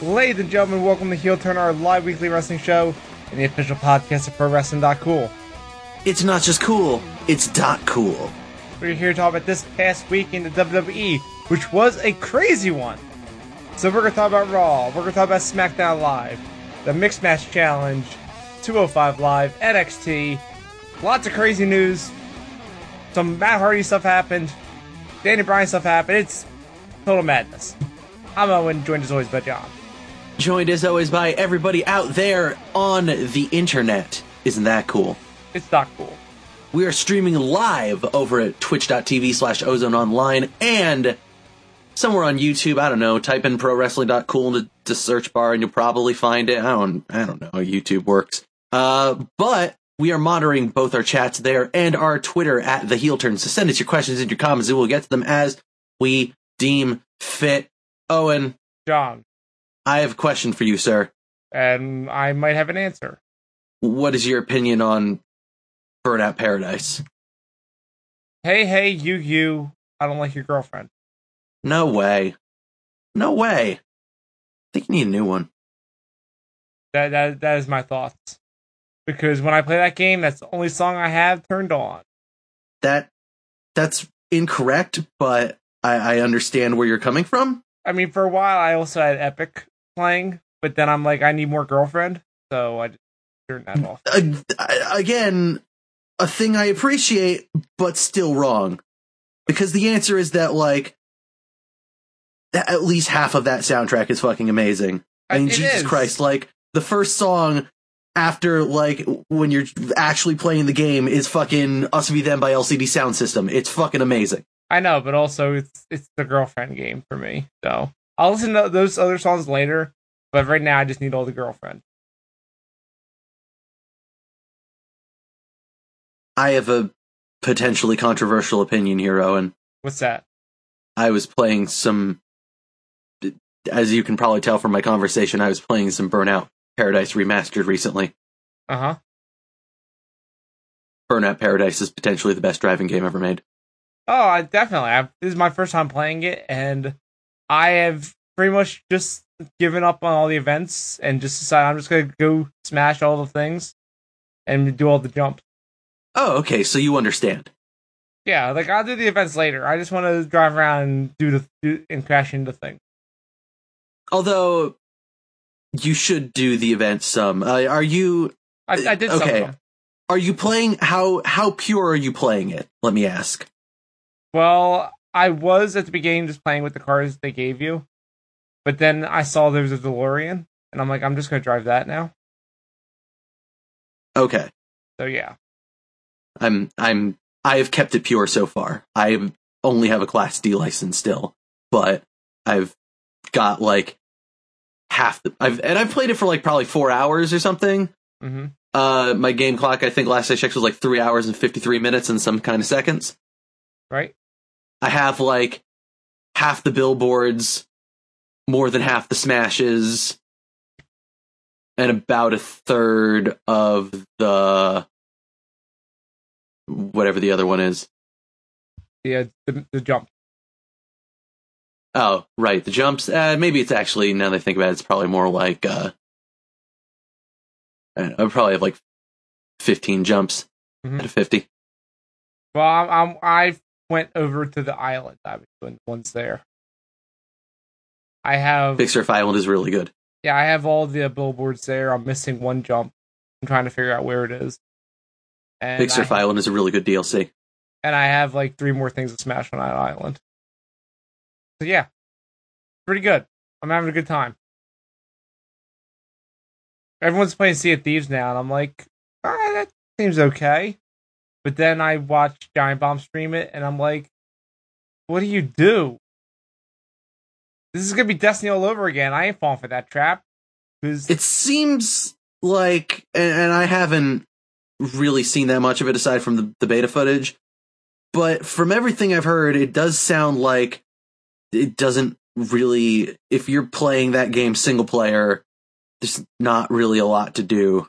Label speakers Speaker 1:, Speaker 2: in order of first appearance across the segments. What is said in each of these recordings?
Speaker 1: Ladies and gentlemen, welcome to Heel Turn, our live weekly wrestling show and the official podcast of ProWrestling.cool.
Speaker 2: It's not just cool, it's dot cool.
Speaker 1: We're here to talk about this past week in the WWE, which was a crazy one. So we're gonna talk about Raw, we're gonna talk about SmackDown Live, the Mixed Match Challenge, 205 Live, NXT, lots of crazy news, some Matt Hardy stuff happened, Danny Bryan stuff happened, it's total madness. I'm Owen, joined as always by John.
Speaker 2: Joined as always by everybody out there on the internet. Isn't that cool?
Speaker 1: It's not cool.
Speaker 2: We are streaming live over at twitch.tv slash ozone online and somewhere on YouTube, I don't know, type in pro wrestling.cool into the search bar and you'll probably find it. I don't I don't know how YouTube works. Uh but we are monitoring both our chats there and our Twitter at the heel turn. So send us your questions and your comments and we'll get to them as we deem fit. Owen,
Speaker 1: John,
Speaker 2: I have a question for you, sir.
Speaker 1: and I might have an answer.
Speaker 2: What is your opinion on Burnout Paradise?
Speaker 1: Hey, hey, you, you, I don't like your girlfriend.
Speaker 2: No way. No way. I think you need a new one.
Speaker 1: That that that is my thoughts. Because when I play that game, that's the only song I have turned on.
Speaker 2: That that's incorrect, but I, I understand where you're coming from.
Speaker 1: I mean, for a while I also had Epic playing, but then I'm like, I need more girlfriend, so I just turned that off.
Speaker 2: Ag- I- Again, a thing I appreciate, but still wrong. Because the answer is that like that at least half of that soundtrack is fucking amazing. I mean,
Speaker 1: It
Speaker 2: Jesus
Speaker 1: is.
Speaker 2: Christ, like the first song after like when you're actually playing the game is fucking Us Be Them by LCD Sound System. It's fucking amazing.
Speaker 1: I know, but also it's it's the girlfriend game for me. So I'll listen to those other songs later, but right now I just need all the girlfriend.
Speaker 2: I have a potentially controversial opinion here, Owen.
Speaker 1: What's that?
Speaker 2: I was playing some, as you can probably tell from my conversation, I was playing some Burnout Paradise Remastered recently.
Speaker 1: Uh huh.
Speaker 2: Burnout Paradise is potentially the best driving game ever made.
Speaker 1: Oh, I definitely. i this is my first time playing it, and I have pretty much just given up on all the events and just decided I'm just gonna go smash all the things and do all the jumps.
Speaker 2: Oh, okay, so you understand.
Speaker 1: Yeah, like I'll do the events later. I just want to drive around and do the do, and crash into things.
Speaker 2: Although, you should do the event some. Uh, are you
Speaker 1: I, I did
Speaker 2: Okay.
Speaker 1: some. of them.
Speaker 2: are you playing how how pure are you playing it let me ask
Speaker 1: Well, I was at the beginning just playing with the cars they gave you, but then I saw there was a DeLorean, and I'm like, I'm just gonna drive that now.
Speaker 2: okay
Speaker 1: So yeah,
Speaker 2: i'm i'm i have kept it pure so far i only have a class d license still but i've got like half the i've and i've played it for like probably four hours or something
Speaker 1: hmm
Speaker 2: uh my game clock i think last i checked was like three hours and 53 minutes and some kind of seconds
Speaker 1: right?
Speaker 2: i have like half the billboards more than half the smashes and about a third of the whatever the other one is
Speaker 1: Yeah, the, the jump.
Speaker 2: oh right the jumps uh, maybe it's actually now that i think about it it's probably more like uh i, don't know, I probably have like 15 jumps
Speaker 1: Mhm.
Speaker 2: out of 50
Speaker 1: Well, I'm, I'm I went over to the island. I was doing the ones there. I have
Speaker 2: fixer island is really good
Speaker 1: yeah, I have all the billboards there. I'm missing one jump. I'm trying to figure out where it is. And
Speaker 2: Big
Speaker 1: I,
Speaker 2: Surf Island is a really good DLC.
Speaker 1: and I have like three more things to smash on that island. So yeah, pretty good. I'm having a good time. Everyone's playing Sea of Thieves now, and I'm like, ah, that seems okay. But then I watched Giant Bomb stream it, and I'm like, what do you do? This is gonna be Destiny all over again. I ain't falling for that trap. Because
Speaker 2: It seems like, and, and I haven't really seen that much of it aside from the, the beta footage, but from everything I've heard, it does sound like it doesn't really. If you're playing that game single player, there's not really a lot to do.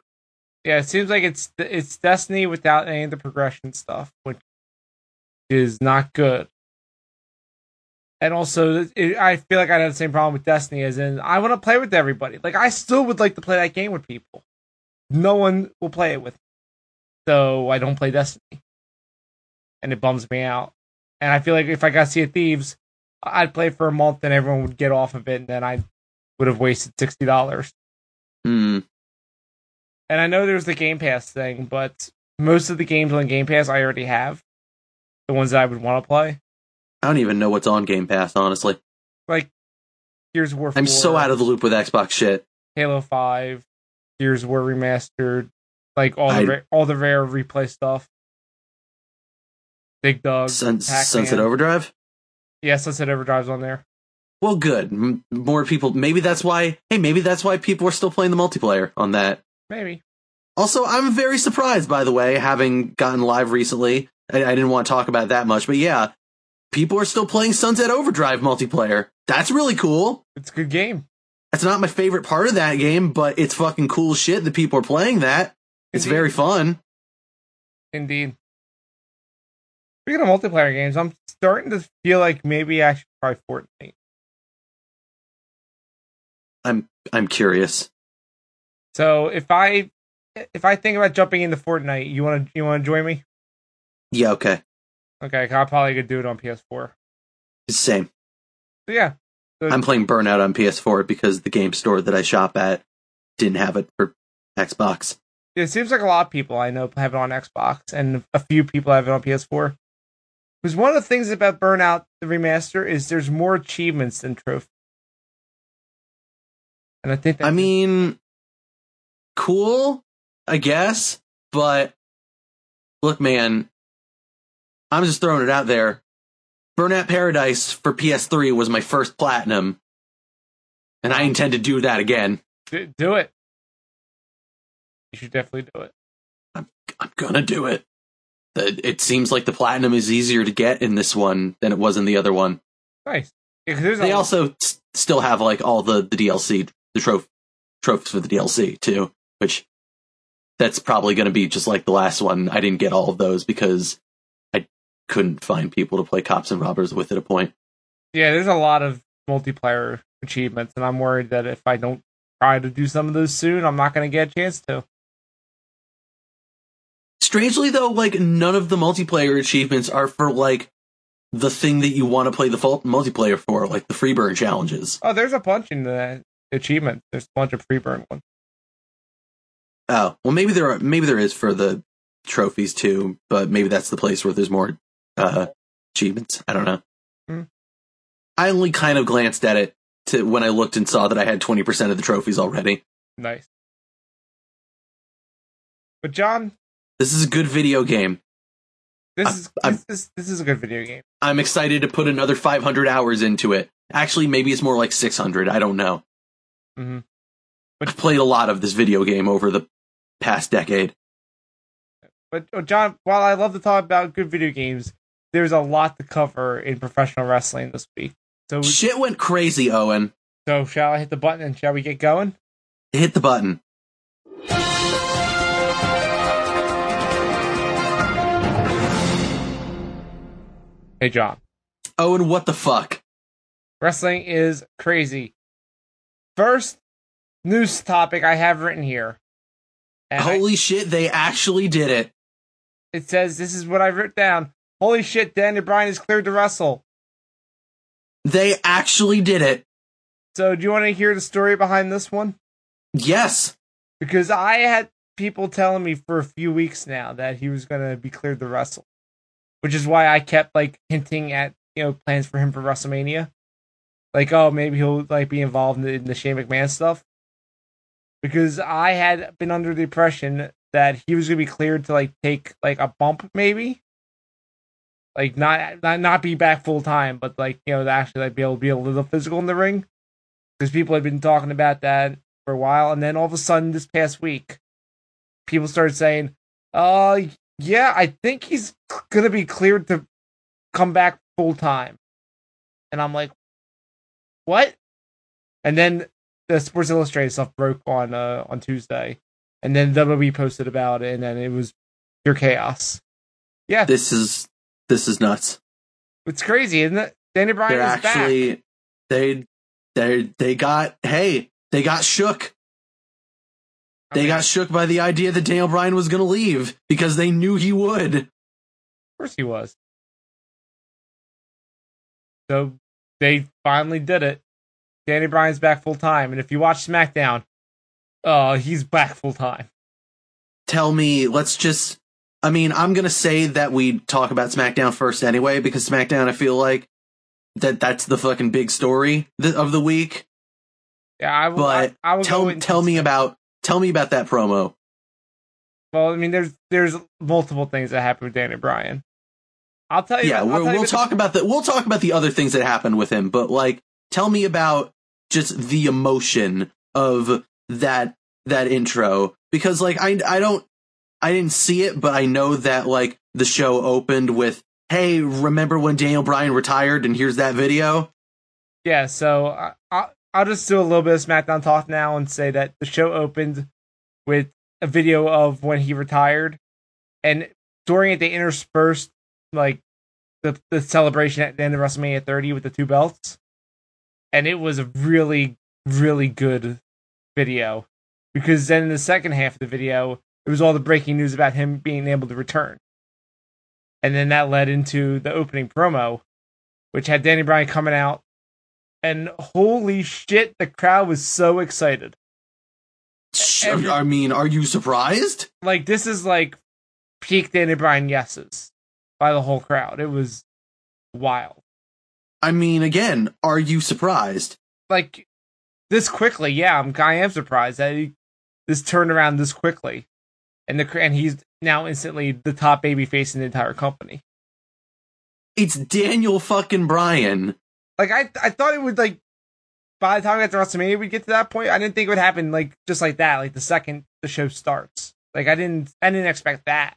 Speaker 1: Yeah, it seems like it's it's Destiny without any of the progression stuff, which is not good. And also, it, I feel like I had the same problem with Destiny as in I want to play with everybody. Like I still would like to play that game with people. No one will play it with, me. so I don't play Destiny, and it bums me out. And I feel like if I got Sea of Thieves, I'd play for a month, and everyone would get off of it, and then I would have wasted sixty dollars.
Speaker 2: Hmm.
Speaker 1: And I know there's the Game Pass thing, but most of the games on Game Pass I already have. The ones that I would want to play.
Speaker 2: I don't even know what's on Game Pass, honestly.
Speaker 1: Like Gears of War 4,
Speaker 2: I'm so out of the loop with Xbox shit.
Speaker 1: Halo 5, Gears of War Remastered, like all the
Speaker 2: I-
Speaker 1: ra- all the rare replay stuff. Big Dog,
Speaker 2: Sun-
Speaker 1: Pac-Man.
Speaker 2: Sunset Overdrive?
Speaker 1: Yeah, Sunset Overdrive's on there.
Speaker 2: Well, good. M- more people. Maybe that's why. Hey, maybe that's why people are still playing the multiplayer on that.
Speaker 1: Maybe.
Speaker 2: Also, I'm very surprised, by the way, having gotten live recently. I, I didn't want to talk about that much, but yeah, people are still playing Sunset Overdrive multiplayer. That's really cool.
Speaker 1: It's a good game.
Speaker 2: That's not my favorite part of that game, but it's fucking cool shit that people are playing that. It's
Speaker 1: Indeed.
Speaker 2: very fun.
Speaker 1: Indeed. Speaking of multiplayer games, I'm starting to feel like maybe I should try Fortnite.
Speaker 2: I'm curious.
Speaker 1: So if I if I think about jumping into Fortnite, you wanna you wanna join me?
Speaker 2: Yeah, okay.
Speaker 1: Okay, 'cause I probably could do it on PS4.
Speaker 2: Same.
Speaker 1: So yeah,
Speaker 2: I'm playing Burnout on PS4 because the game store that I shop at didn't have it for Xbox.
Speaker 1: it seems like a lot of people I know have it on Xbox, and a few people have it on PS4. Because one of the things about Burnout the remaster is there's more achievements than trophies, and I think that
Speaker 2: I mean, cool, I guess, but look, man, I'm just throwing it out there. Burnout Paradise for PS3 was my first platinum, and I intend to do that again.
Speaker 1: do, do it. You should definitely do it.
Speaker 2: I'm gonna do it. The- It seems like the platinum is easier to get in this one than it was in the other one.
Speaker 1: Nice. Yeah, 'cause there's
Speaker 2: They
Speaker 1: a,
Speaker 2: also s- still have like all the the DLC, the troph- trophies for the DLC too, which that's probably going to be just like the last one. I didn't get all of those because I couldn't find people to play cops and robbers with at a point.
Speaker 1: yeah, there's a lot of multiplayer achievements, and I'm worried that if I don't try to do some of those soon, I'm not going to get a chance to.
Speaker 2: Strangely though, like none of the multiplayer achievements are for like the thing that you want to play the full multiplayer for, like the free burn challenges.
Speaker 1: Oh, there's a bunch in the achievements. There's a bunch of free burn ones.
Speaker 2: Oh, well, maybe there are, maybe there is for the trophies too, but maybe that's the place where there's more uh, achievements. I don't know.
Speaker 1: Hmm.
Speaker 2: I only kind of glanced at it to when I looked and saw that I had twenty percent of the trophies already.
Speaker 1: Nice. But John,
Speaker 2: This is a good video game.
Speaker 1: this
Speaker 2: I-
Speaker 1: is
Speaker 2: I'm-
Speaker 1: this, this this is a good video game.
Speaker 2: I'm excited to put another five hundred hours into it. Actually, maybe it's more like six hundred. I don't know.
Speaker 1: Mm-hmm.
Speaker 2: I've played a lot of this video game over the past decade.
Speaker 1: But oh, John, while I love to talk about good video games, there's a lot to cover in professional wrestling this week. So we-
Speaker 2: Shit went crazy, Owen.
Speaker 1: so shall I hit the button and shall we get going?
Speaker 2: Hit the button.
Speaker 1: Hey John,
Speaker 2: Owen, what the fuck?
Speaker 1: wrestling is crazy. First news topic I have written here. And I-
Speaker 2: Holy shit, they actually did it.
Speaker 1: it says this is what I wrote down. Holy shit, Daniel Bryan is cleared to wrestle.
Speaker 2: They actually did it.
Speaker 1: So, do you want to hear the story behind this one?
Speaker 2: Yes.
Speaker 1: Because I had people telling me for a few weeks now that he was going to be cleared to wrestle, which is why I kept like hinting at you know plans for him for WrestleMania, like oh maybe he'll like be involved in the, in the Shane McMahon stuff, because I had been under the impression that he was going to be cleared to like take like a bump maybe. Like not, not not be back full time, but like you know to actually like be able to be a little physical in the ring, because people had been talking about that for a while, and then all of a sudden, this past week, people started saying, "Uh, yeah, I think he's gonna be cleared to come back full time," and I'm like, "What?" And then the Sports Illustrated stuff broke on uh, on Tuesday, and then WWE posted about it, and then it was pure chaos.
Speaker 2: This is this is nuts.
Speaker 1: It's crazy, isn't it? Danny Bryan
Speaker 2: They're
Speaker 1: is
Speaker 2: actually
Speaker 1: back.
Speaker 2: they they they got hey they got shook.
Speaker 1: I
Speaker 2: They
Speaker 1: mean,
Speaker 2: got shook by the idea that Daniel Bryan was going to leave because they knew he would.
Speaker 1: Of course he was. So they finally did it. Danny Bryan's back full time, and if you watch SmackDown, uh, he's back full time.
Speaker 2: Tell me, let's just. I mean, I'm going to say that we talk about SmackDown first anyway because SmackDown, I feel like that that's the fucking big story th- of the week.
Speaker 1: Yeah, I will.
Speaker 2: But
Speaker 1: I, I will go
Speaker 2: Tell
Speaker 1: in-
Speaker 2: tell me about tell me about that promo.
Speaker 1: Well, I mean, there's there's multiple things that happened with Danny Bryan. I'll tell you.
Speaker 2: yeah,
Speaker 1: I'll
Speaker 2: we'll,
Speaker 1: tell you
Speaker 2: we'll
Speaker 1: about the-
Speaker 2: talk about the we'll talk about the other things that happened with him, but like, tell me about just the emotion of that that intro because like I I don't I didn't see it, but I know that like the show opened with hey, remember when Daniel Bryan retired and here's that video.
Speaker 1: Yeah, so I, I, I'll just do a little bit of SmackDown talk now and say that the show opened with a video of when he retired, and during it they interspersed like the the celebration at the end of WrestleMania 30 with the two belts, and it was a really really good video because then in the second half of the video it was all the breaking news about him being able to return, and then that led into the opening promo, which had Danny Bryan coming out and holy shit, the crowd was so excited.
Speaker 2: Sh-
Speaker 1: Every-
Speaker 2: I mean, are you surprised?
Speaker 1: Like this is like peak Danny Bryan yeses by the whole crowd. It was wild.
Speaker 2: I mean, again, are you surprised?
Speaker 1: Like this quickly, yeah, I'm I am surprised that he, this turned around this quickly, and the cr- and he's now instantly the top baby face in the entire company.
Speaker 2: It's Daniel fucking Bryan.
Speaker 1: Like I I thought it would like by the time we got to WrestleMania we'd get to that point. I didn't think it would happen like just like that, like the second the show starts. Like I didn't I didn't expect that.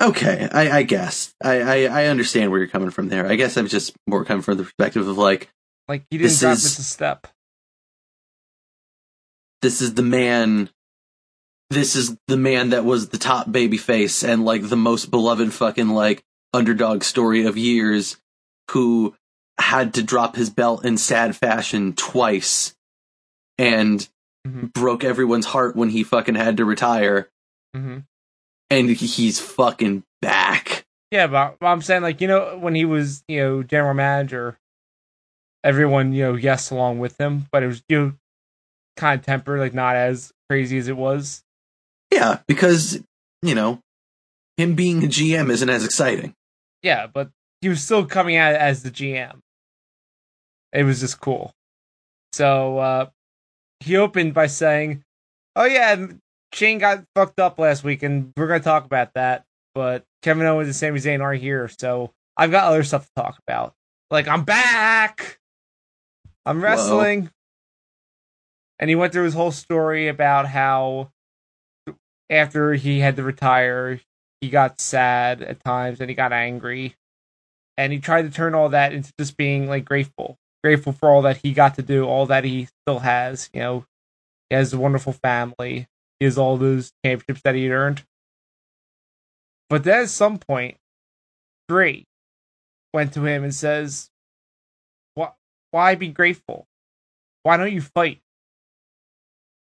Speaker 2: Okay, I, I guess I, I I understand where you're coming from there. I guess I'm just more coming from the perspective of like
Speaker 1: Like he didn't
Speaker 2: This
Speaker 1: drop
Speaker 2: is-
Speaker 1: miss a step.
Speaker 2: this is the man, this is the man that was the top baby face and like the most beloved fucking like underdog story of years, who had to drop his belt in sad fashion twice, and
Speaker 1: Mhm.
Speaker 2: broke everyone's heart when he fucking had to retire,
Speaker 1: Mm-hmm.
Speaker 2: and he's fucking back.
Speaker 1: Yeah, but but I'm saying like you know when he was you know general manager, everyone you know yes along with him, but it was you know, kind of tempered, like not as crazy as it was.
Speaker 2: Yeah, because you know him being a GM isn't as exciting.
Speaker 1: Yeah, but he was still coming out as the GM. It was just cool. So uh he opened by saying, "Oh yeah, and Shane got fucked up last week, and we're gonna talk about that." But Kevin Owens and Sami Zayn aren't here, so I've got other stuff to talk about. Like I'm back, I'm wrestling, and he went through his whole story about how after he had to retire, he got sad at times and he got angry, and he tried to turn all that into just being like grateful grateful for all that he got to do, all that he still has. You know, he has a wonderful family. He has all those championships that he earned. But then at some point, three went to him and says, "Why, why be grateful? Why don't you fight?"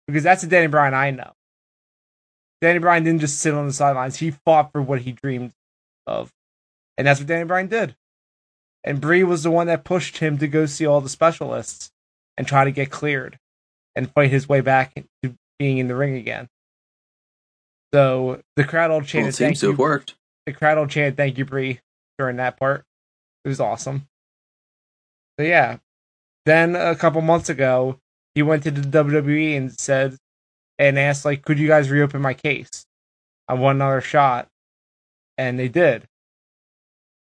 Speaker 1: Because that's the Danny Bryan I know. Danny Bryan didn't just sit on the sidelines. He fought for what he dreamed of. And that's what Danny Bryan did and Bree was the one that pushed him to go see all the specialists and try to get cleared and fight his way back to being in the ring again. So the crowd all
Speaker 2: Well,
Speaker 1: chanted
Speaker 2: it
Speaker 1: thank
Speaker 2: seems to
Speaker 1: you.
Speaker 2: have worked.
Speaker 1: The crowd all chanted thank you Bree during that part. It was awesome. So yeah. Then a couple months ago, he went to the WWE and said and asked like could you guys reopen my case? I want another shot. And they did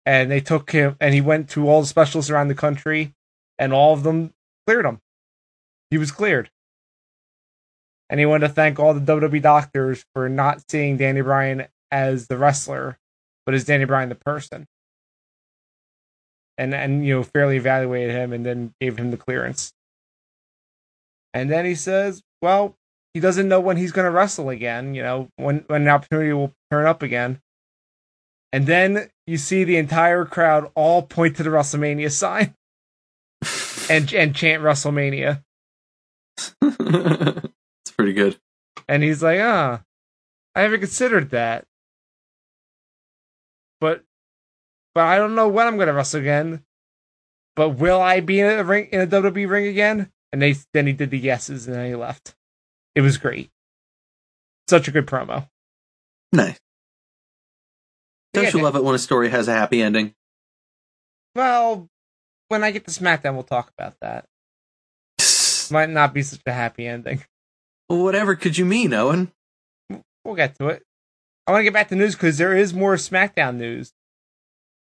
Speaker 1: and they took him and he went to all the specialists around the country and all of them cleared him he was cleared and he wanted to thank all the WWE doctors for not seeing Danny Bryan as the wrestler but as Danny Bryan the person and and you know fairly evaluated him and then gave him the clearance and then he says well he doesn't know when he's going to wrestle again you know when when an opportunity will turn up again and then you see the entire crowd all point to the WrestleMania sign and and chant WrestleMania.
Speaker 2: it's pretty good.
Speaker 1: And he's like, ah, I haven't considered that. But but I don't know when I'm gonna wrestle again. But will I be in a ring in a WWE ring again? And they then he did the yeses and then he left. It was great. Such a good promo.
Speaker 2: Nice. Don't
Speaker 1: Yeah,
Speaker 2: you
Speaker 1: Nick.
Speaker 2: love it when a story has a happy ending?
Speaker 1: Well, when I get to SmackDown, we'll talk about that. Might not be such a happy ending.
Speaker 2: Whatever could you mean, Owen?
Speaker 1: We'll get to it. I want to get back to news because there is more SmackDown news.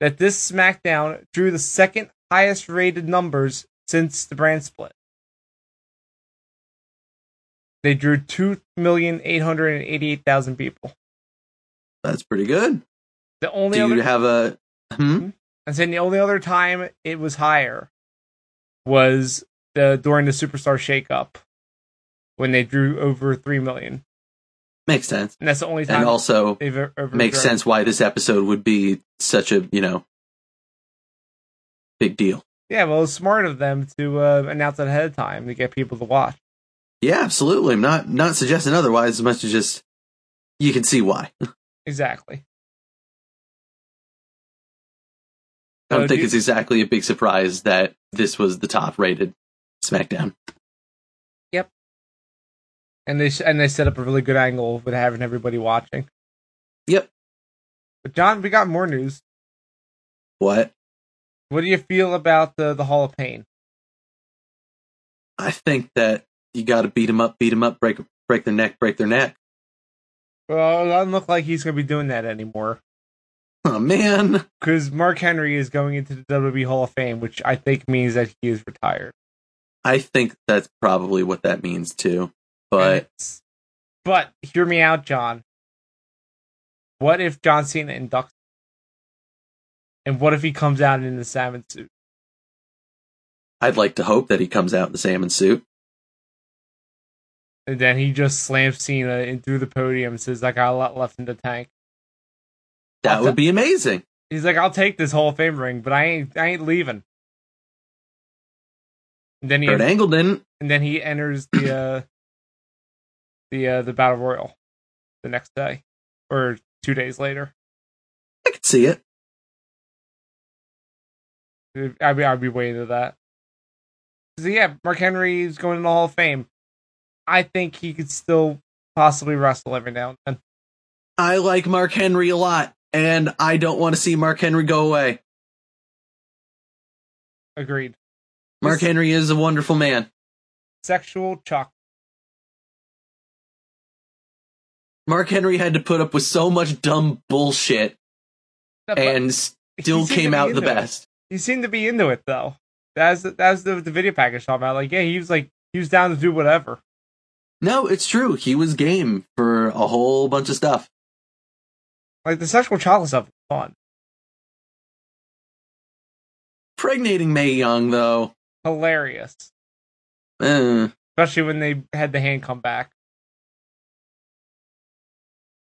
Speaker 1: That this SmackDown drew the second highest rated numbers since the brand split. They drew 2,888,000 people.
Speaker 2: That's pretty good.
Speaker 1: The only
Speaker 2: Do
Speaker 1: other
Speaker 2: you have a hmm?
Speaker 1: I'm saying the only other time it was higher was the during the superstar shakeup when they drew over three million,
Speaker 2: Makes sense,
Speaker 1: and that's the only time
Speaker 2: and also
Speaker 1: they've e-, ever ever
Speaker 2: makes
Speaker 1: drawn.
Speaker 2: sense why this episode would be such a you know big deal.
Speaker 1: Yeah, well, it's smart of them to uh, announce it ahead of time to get people to watch.
Speaker 2: Yeah, absolutely. I'm not not suggesting otherwise as much as just you can see why.
Speaker 1: Exactly.
Speaker 2: I don't
Speaker 1: So
Speaker 2: think
Speaker 1: do-
Speaker 2: it's exactly a big surprise that this was the top rated SmackDown.
Speaker 1: and they s- and they set up a really good angle with having everybody watching.
Speaker 2: Yep.
Speaker 1: But John, we got more news.
Speaker 2: What?
Speaker 1: What do you feel about the the Hall of Pain?
Speaker 2: I think that you got to beat them up, beat them up, break break their neck, break their neck.
Speaker 1: Well, it doesn't look like he's going to be doing that anymore.
Speaker 2: Oh man,
Speaker 1: because Mark Henry is going into the WWE Hall of Fame, which I think means that he is retired.
Speaker 2: I think that's probably what that means too. But
Speaker 1: It's- but hear me out, John. What if John Cena inducts? And what if he comes out in the salmon suit?
Speaker 2: I'd like to hope that he comes out in the salmon suit.
Speaker 1: And then he just slams Cena in through the podium and says, I got a lot left in the tank.
Speaker 2: That would be amazing.
Speaker 1: He's like, I'll take this Hall of Fame ring, but I ain't I ain't leaving. And then he
Speaker 2: Kurt Angle didn't.
Speaker 1: and then he enters the uh the uh the battle royal the next day or two days later
Speaker 2: I could see it.
Speaker 1: i'd be i'd be way into that so yeah mark henry is going to the hall of fame i think he could still possibly wrestle every now and then
Speaker 2: I like Mark Henry a lot, and I don't want to see Mark Henry go away.
Speaker 1: agreed
Speaker 2: Mark Henry is a wonderful man.
Speaker 1: sexual chalk
Speaker 2: Mark Henry had to put up with so much dumb bullshit and
Speaker 1: He
Speaker 2: still
Speaker 1: seemed to
Speaker 2: came
Speaker 1: be
Speaker 2: out the
Speaker 1: into it.
Speaker 2: best.
Speaker 1: he seemed to be into it though that's that's the, the video package talking about like yeah he was like he was down to do whatever
Speaker 2: No, it's true. He was game for a whole bunch of stuff.
Speaker 1: like the sexual chocolate stuff was fun
Speaker 2: Pregnating May Young, though.
Speaker 1: hilarious
Speaker 2: Eh.
Speaker 1: especially when they had the hand come back.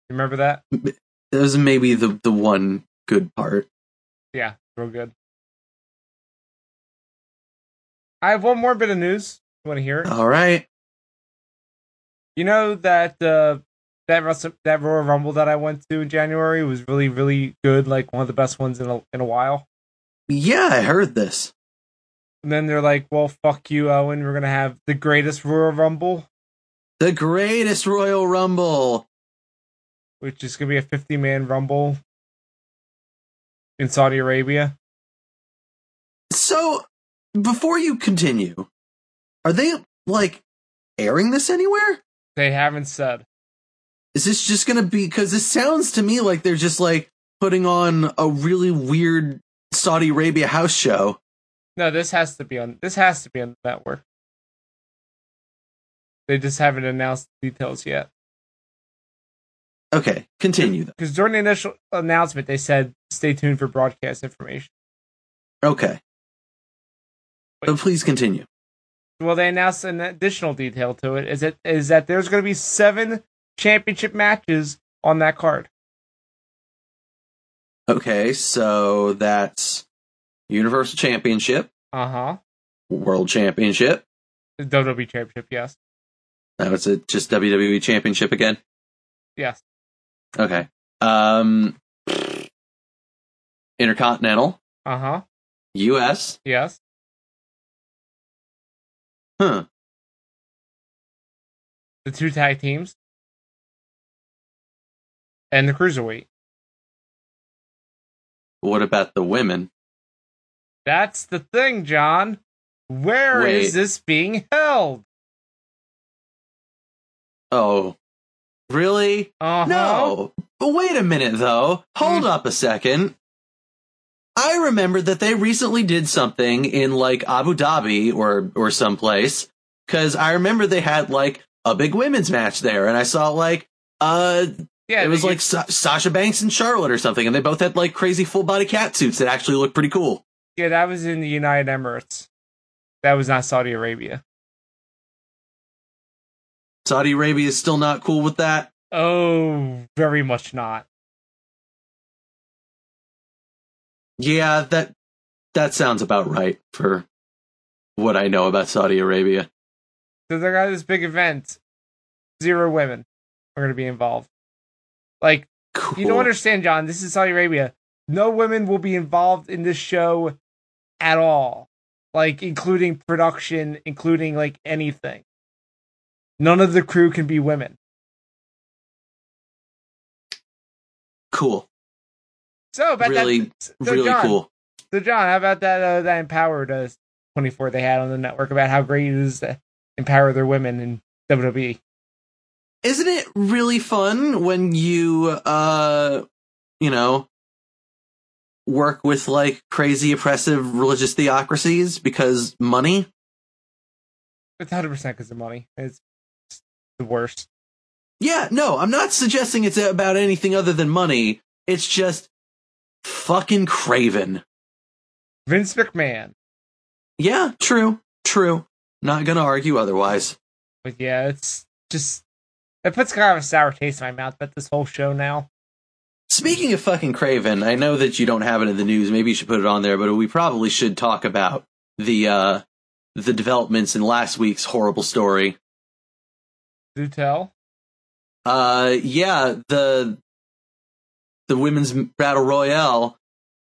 Speaker 1: You remember that?
Speaker 2: that was maybe the, the one good part.
Speaker 1: Yeah, real good. I have one more bit of news. Want to hear it?
Speaker 2: All right.
Speaker 1: You know that uh, that Wrestle- that Royal Rumble that I went to in January was really really good. Like one of the best ones in a in a while.
Speaker 2: Yeah, I heard this.
Speaker 1: And then they're like, "Well, fuck you, Owen. We're gonna have the greatest Royal Rumble,
Speaker 2: The greatest Royal Rumble.
Speaker 1: which is gonna be a fifty man Rumble in Saudi Arabia."
Speaker 2: So, before you continue, are they like airing this anywhere?
Speaker 1: They haven't said.
Speaker 2: Is this just going to be cuz this sounds to me like they're just like putting on a really weird Saudi Arabia house show.
Speaker 1: No, this has to be on. This has to be on the network. They just haven't announced details yet.
Speaker 2: Okay, continue though.
Speaker 1: Because during the initial announcement, they said, "Stay tuned for broadcast information."
Speaker 2: Okay. But please continue.
Speaker 1: Well, they announced an additional detail to it. Is it is that there's going to be seven championship matches on that card?
Speaker 2: Okay, so that's Universal Championship,
Speaker 1: Uh huh.
Speaker 2: World Championship.
Speaker 1: The WWE Championship, yes.
Speaker 2: That was it, just WWE Championship again.
Speaker 1: Yes.
Speaker 2: Okay. Um, Intercontinental,
Speaker 1: Uh huh.
Speaker 2: U.S.
Speaker 1: Yes.
Speaker 2: Huh.
Speaker 1: The two tag teams. And the cruiserweight.
Speaker 2: What about the women?
Speaker 1: That's the thing, John. Where is
Speaker 2: Wait.
Speaker 1: this being held?
Speaker 2: Oh, really?
Speaker 1: Uh huh.
Speaker 2: No. But wait a minute, though. Hold
Speaker 1: Hmm.
Speaker 2: up a second. I remember that they recently did something in like Abu Dhabi or or someplace because I remember they had like a big women's match there, and I saw like uh
Speaker 1: Yeah,
Speaker 2: it was
Speaker 1: they-
Speaker 2: like Sa- Sasha Banks and Charlotte or something, and they both had like crazy full body cat suits that actually looked pretty cool.
Speaker 1: yeah, that was in the United Emirates. That was not Saudi Arabia.
Speaker 2: Saudi Arabia is still not cool with that.
Speaker 1: Oh, very much not.
Speaker 2: Yeah, that that sounds about right for what I know about Saudi Arabia.
Speaker 1: So they got this big event. Zero women are going to be involved. Like
Speaker 2: Cool.
Speaker 1: you don't understand, John. This is Saudi Arabia. No women will be involved in this show at all, like including production, including like anything. None of the crew can be women.
Speaker 2: cool.
Speaker 1: So about
Speaker 2: Really,
Speaker 1: that, so
Speaker 2: really
Speaker 1: John,
Speaker 2: cool.
Speaker 1: So John, how about that uh, that Empowered uh, 24 they had on the network about how great it is to empower their women in E? WWE?
Speaker 2: Isn't it really fun when you uh you know work with like crazy oppressive religious theocracies because money?
Speaker 1: It's 100 percent because of money. It's the worst.
Speaker 2: Yeah, no, I'm not suggesting it's about anything other than money. It's just fucking craven.
Speaker 1: Vince McMahon.
Speaker 2: Yeah, true, true. Not gonna argue otherwise.
Speaker 1: But yeah, it's just it puts kind of a sour taste in my mouth about this whole show now.
Speaker 2: Speaking of fucking Craven, I know that you don't have it in the news. Maybe you should put it on there, but we probably should talk about the uh the developments in last week's horrible story.
Speaker 1: Do tell.
Speaker 2: Uh yeah, the the women's battle royale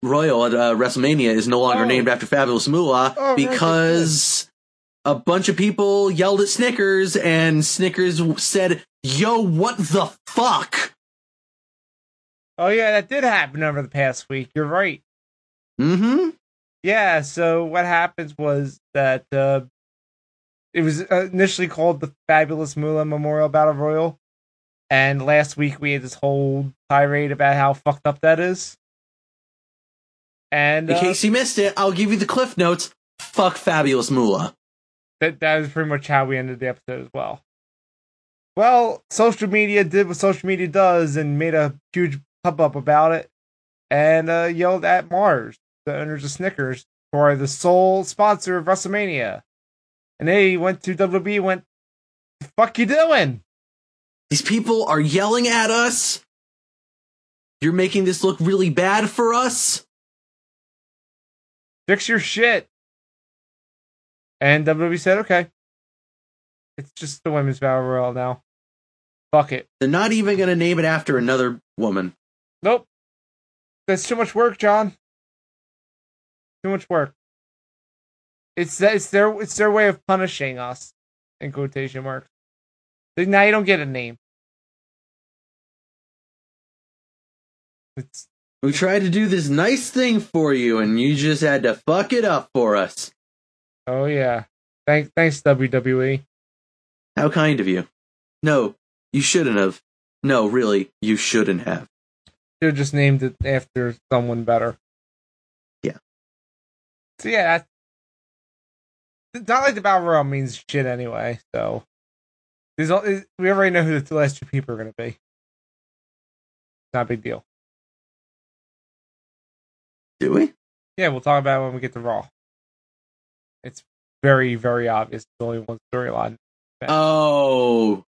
Speaker 2: royal at uh, WrestleMania is no longer
Speaker 1: Oh.
Speaker 2: named after Fabulous Moolah
Speaker 1: Oh, right, that's
Speaker 2: because a bunch of people yelled at Snickers and Snickers w- said, "Yo, what the fuck?"
Speaker 1: Oh yeah, that did happen over the past week. You're right. Mm-hmm.
Speaker 2: Mhm.
Speaker 1: Yeah. So what happens was that uh, it was uh, initially called the Fabulous Moolah Memorial Battle Royal, and last week we had this whole tirade about how fucked up that is. And
Speaker 2: In
Speaker 1: uh,
Speaker 2: case you missed it, I'll give you the cliff notes. Fuck Fabulous Moolah.
Speaker 1: that that was pretty much how we ended the episode as well. Well, social media did what social media does and made a huge pub up about it and uh, yelled at Mars, the owners of Snickers, who are the sole sponsor of WrestleMania. And they went to WWE and went, the fuck you doing?
Speaker 2: These people are yelling at us. You're making this look really bad for us.
Speaker 1: Fix your shit. And WWE said, okay. It's just the women's battle royal now. Fuck it.
Speaker 2: They're not even going to name it after another woman.
Speaker 1: Nope. That's too much work, John. Too much work. It's that it's their it's their way of punishing us in quotation marks. Like, now you don't get a name. It's
Speaker 2: We tried to do this nice thing for you, and you just had to fuck it up for us.
Speaker 1: oh yeah. Thank thanks E. WWE.
Speaker 2: How kind of you. No, you shouldn't have. No, really, you shouldn't have.
Speaker 1: Should have just named it after someone better.
Speaker 2: Yeah.
Speaker 1: So yeah, that's, not like the battle royal means shit anyway. So there's al- is- we already know who the last two people are going to be. Not a big deal.
Speaker 2: Do we?
Speaker 1: Yeah, we'll talk about it when we get to Raw. It's very very obvious. It's only one storyline.
Speaker 2: Oh.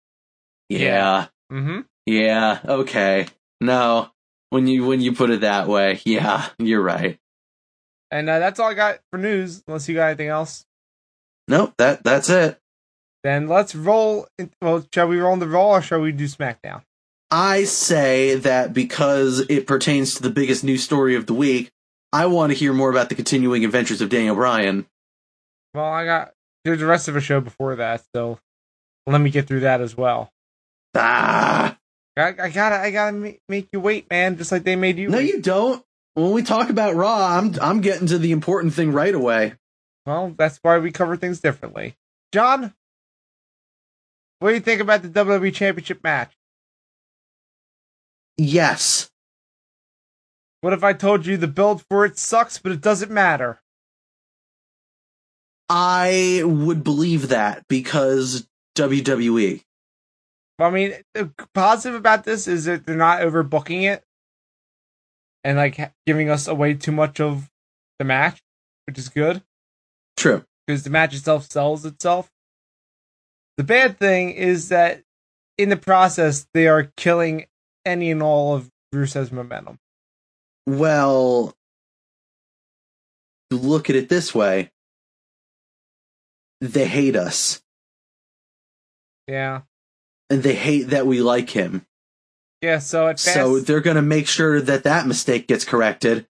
Speaker 1: Yeah.
Speaker 2: Yeah.
Speaker 1: Mm-hmm.
Speaker 2: Yeah. Okay. No. When you when you put it that way, yeah, you're right.
Speaker 1: And uh, that's all I got for news. Unless you got anything else,
Speaker 2: Nope, that that's it.
Speaker 1: then let's roll. in- Well, shall we roll the roll or shall we do SmackDown?
Speaker 2: I say that because it pertains to the biggest news story of the week, I want to hear more about the continuing adventures of Daniel Bryan.
Speaker 1: Well, I got there's the rest of a show before that, so let me get through that as well.
Speaker 2: Ah,
Speaker 1: I, I gotta, I gotta ma- make you wait, man, just like they made you.
Speaker 2: no,
Speaker 1: wait.
Speaker 2: you don't. When we talk about Raw, I'm I'm getting to the important thing right away.
Speaker 1: Well, that's why we cover things differently. John, what do you think about the WWE Championship match?
Speaker 2: Yes,
Speaker 1: What if I told you the build for it sucks, but it doesn't matter?
Speaker 2: I would believe that because E. WWE.
Speaker 1: I mean, the positive about this is that they're not overbooking it and like ha- giving us away too much of the match, which is good
Speaker 2: True.
Speaker 1: because the match itself sells itself. The bad thing is that in the process, they are killing any and all of Rusev's momentum.
Speaker 2: Well, look at it this way. They hate us,
Speaker 1: Yeah.
Speaker 2: and they hate that we like him.
Speaker 1: Yeah, so at Fast,
Speaker 2: So they're going to make sure that that mistake gets corrected.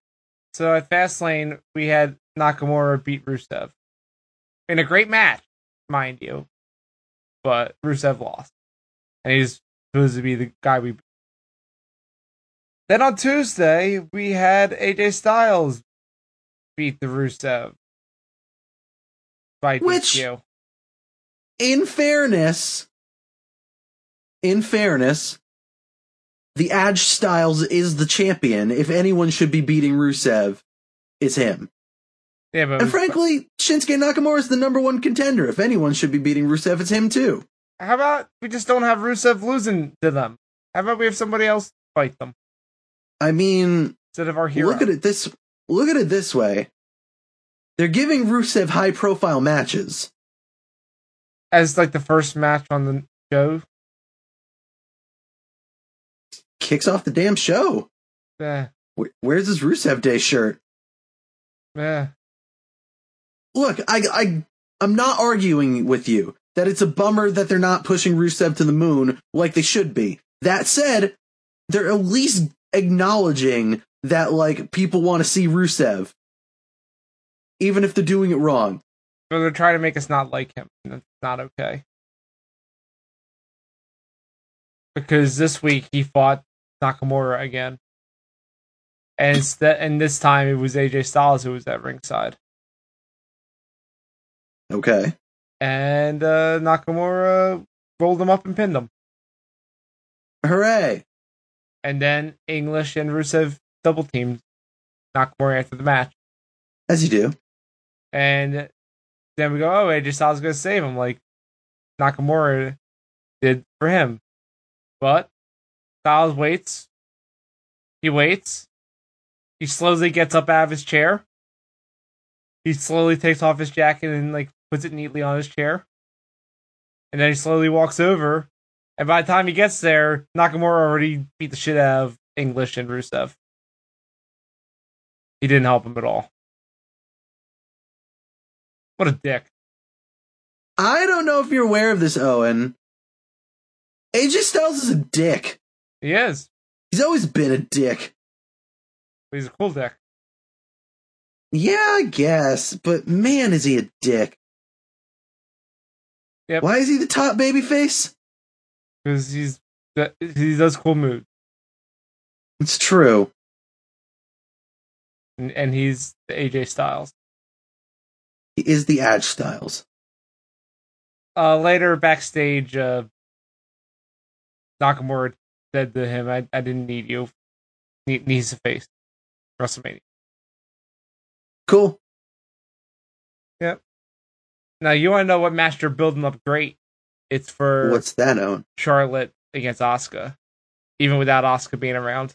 Speaker 1: so at Fastlane, we had Nakamura beat Rusev in a great match, mind you, but Rusev lost, and he's supposed to be the guy we. Then on Tuesday, we had AJ Styles beat the Rusev by
Speaker 2: Which-
Speaker 1: DQ.
Speaker 2: In fairness, in fairness, the Edge Styles is the champion. If anyone should be beating Rusev, it's him.
Speaker 1: Yeah, but
Speaker 2: And frankly, Shinsuke Nakamura is the number one contender. If anyone should be beating Rusev, it's him too.
Speaker 1: how about we just don't have Rusev losing to them? How about we have somebody else fight them
Speaker 2: I mean,
Speaker 1: instead of our hero?
Speaker 2: Look at it this look at it this way. They're giving Rusev high profile matches.
Speaker 1: as like the first match on the show.
Speaker 2: Kicks off the damn show.
Speaker 1: Eh,
Speaker 2: Wh- Where's his Rusev Day shirt?
Speaker 1: eh.
Speaker 2: Look, I I I'm not arguing with you that it's a bummer that they're not pushing Rusev to the moon like they should be. That said, they're at least acknowledging that like people want to see Rusev. Even if they're doing it wrong.
Speaker 1: So they're trying to make us not like him. and That's not okay. Because this week he fought Nakamura again. And instead, and this time it was AJ Styles who was at ringside.
Speaker 2: Okay.
Speaker 1: And uh, Nakamura rolled him up and pinned him.
Speaker 2: Hooray.
Speaker 1: And then English and Rusev double teamed Nakamura after the match.
Speaker 2: As you do.
Speaker 1: And then we go, oh, AJ Styles is going to save him like Nakamura did for him. But Styles waits. He waits. He slowly gets up out of his chair. He slowly takes off his jacket and like puts it neatly on his chair. And then he slowly walks over. And by the time he gets there, Nakamura already beat the shit out of English and Rusev. He didn't help him at all. What a dick.
Speaker 2: I don't know if you're aware of this, Owen. AJ Styles is a dick.
Speaker 1: He is.
Speaker 2: He's always been a dick.
Speaker 1: But he's a cool dick.
Speaker 2: Yeah, I guess, but man, is he a dick.
Speaker 1: Yep.
Speaker 2: Why is he the top babyface?
Speaker 1: Because he's he does cool mood.
Speaker 2: It's true.
Speaker 1: And, and he's the AJ Styles.
Speaker 2: He is the Edge Styles.
Speaker 1: Uh, later backstage, uh, Nakamura said to him, I, I didn't need you. Ne- Needs to face WrestleMania.
Speaker 2: Cool.
Speaker 1: Now, you want to know what match they're building up great? It's for
Speaker 2: What's that, Owen?
Speaker 1: Charlotte against Asuka, even without Asuka being around.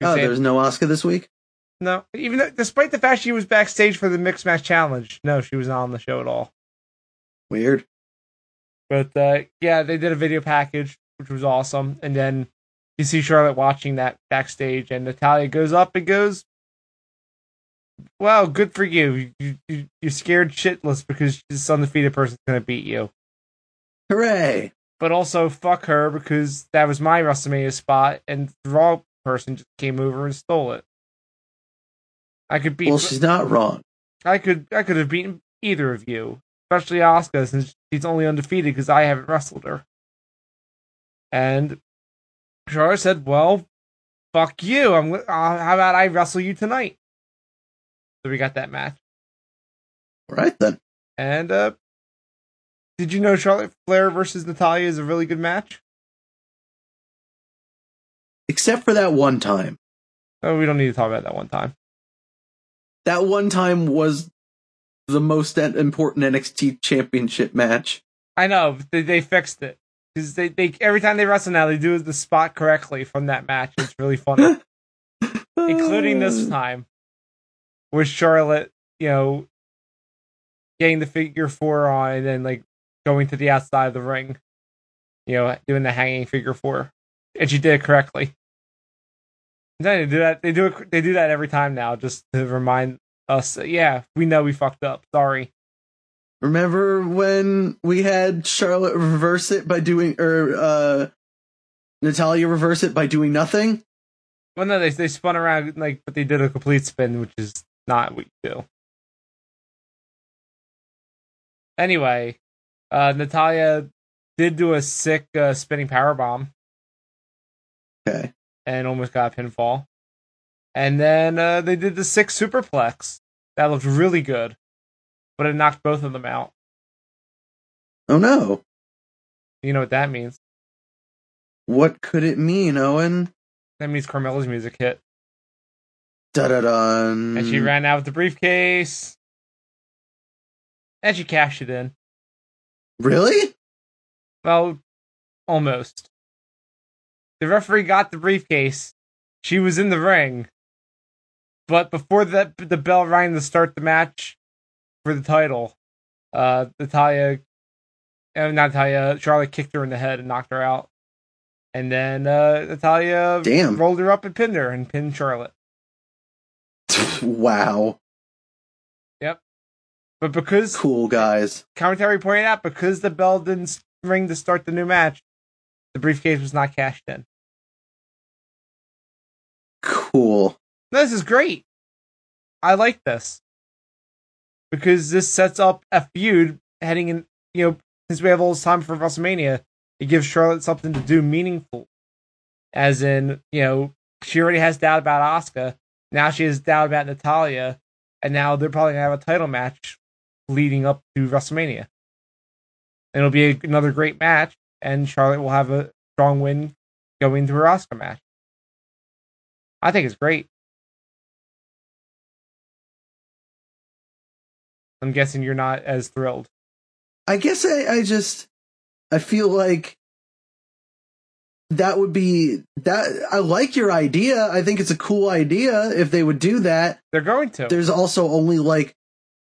Speaker 2: Oh,
Speaker 1: Saying-
Speaker 2: there's no Oscar this week?
Speaker 1: No, even though, despite the fact she was backstage for the mixed match challenge, no, she was not on the show at all.
Speaker 2: Weird.
Speaker 1: But uh, yeah, they did a video package, which was awesome, and then You see Charlotte watching that backstage, and Natalia goes up and goes, "Wow, good for you. you, you you're scared shitless because this undefeated person's gonna beat you."
Speaker 2: Hooray!
Speaker 1: but also fuck her because that was my WrestleMania spot, and the wrong person just came over and stole it. I could beat.
Speaker 2: Well, she's not wrong.
Speaker 1: I could. I could have beaten either of you, especially Asuka, since she's only undefeated because I haven't wrestled her. And Charlotte said, "Well, fuck you. I'm. Uh, how about I wrestle you tonight?" So we got that match.
Speaker 2: All right then.
Speaker 1: And uh, did you know Charlotte Flair versus Natalia is a really good match?
Speaker 2: Except for that one time.
Speaker 1: Oh, we don't need to talk about that one time.
Speaker 2: That one time was the most en- important NXT championship match.
Speaker 1: I know but they, they fixed it because they, they every time they wrestle now they do the spot correctly from that match. It's really funny, including
Speaker 2: Uh,
Speaker 1: this time with Charlotte, you know, getting the figure four on and then like going to the outside of the ring, you know, doing the hanging figure four, and she did it correctly. And then they do that. They do it. They do that every time now, just to remind us. that, Yeah, we know we fucked up. Sorry.
Speaker 2: Remember when we had Charlotte reverse it by doing, or uh, Natalia reverse it by doing nothing?
Speaker 1: Well, no, they they spun around like, but they did a complete spin, which is not what you do. Anyway, uh, Natalia did do a sick uh, spinning power bomb
Speaker 2: Okay.
Speaker 1: and almost got a pinfall, and then uh, they did the sick superplex that looked really good, but it knocked both of them out.
Speaker 2: Oh no.
Speaker 1: You know what that means?
Speaker 2: What could it mean, Owen?
Speaker 1: That means Carmella's music hit,
Speaker 2: Da da da.
Speaker 1: and
Speaker 2: Mm.
Speaker 1: she ran out with the briefcase, and she cashed it in.
Speaker 2: Really?
Speaker 1: Well, almost. The referee got the briefcase. She was in the ring. But before that, the bell rang to start the match for the title. Uh, Natalia, uh, not Natalia, Charlotte kicked her in the head and knocked her out. And then uh, Natalia
Speaker 2: Damn.
Speaker 1: rolled her up and pinned her and pinned Charlotte.
Speaker 2: wow.
Speaker 1: But because
Speaker 2: Cool guys.
Speaker 1: commentary pointed out, because the bell didn't s- ring to start the new match, the briefcase was not cashed in.
Speaker 2: Cool.
Speaker 1: This is great. I like this because this sets up a feud heading in. You know, since we have all this time for WrestleMania, it gives Charlotte something to do meaningful. As in, you know, she already has doubt about Asuka. Now she has doubt about Natalia, and now they're probably gonna have a title match leading up to WrestleMania. And it'll be a, another great match, and Charlotte will have a strong win going into her Asuka match. I think it's great. I'm guessing you're not as thrilled.
Speaker 2: I guess I, I just I feel like that would be that I like your idea. I think it's a cool idea if they would do that.
Speaker 1: They're going to.
Speaker 2: There's also only like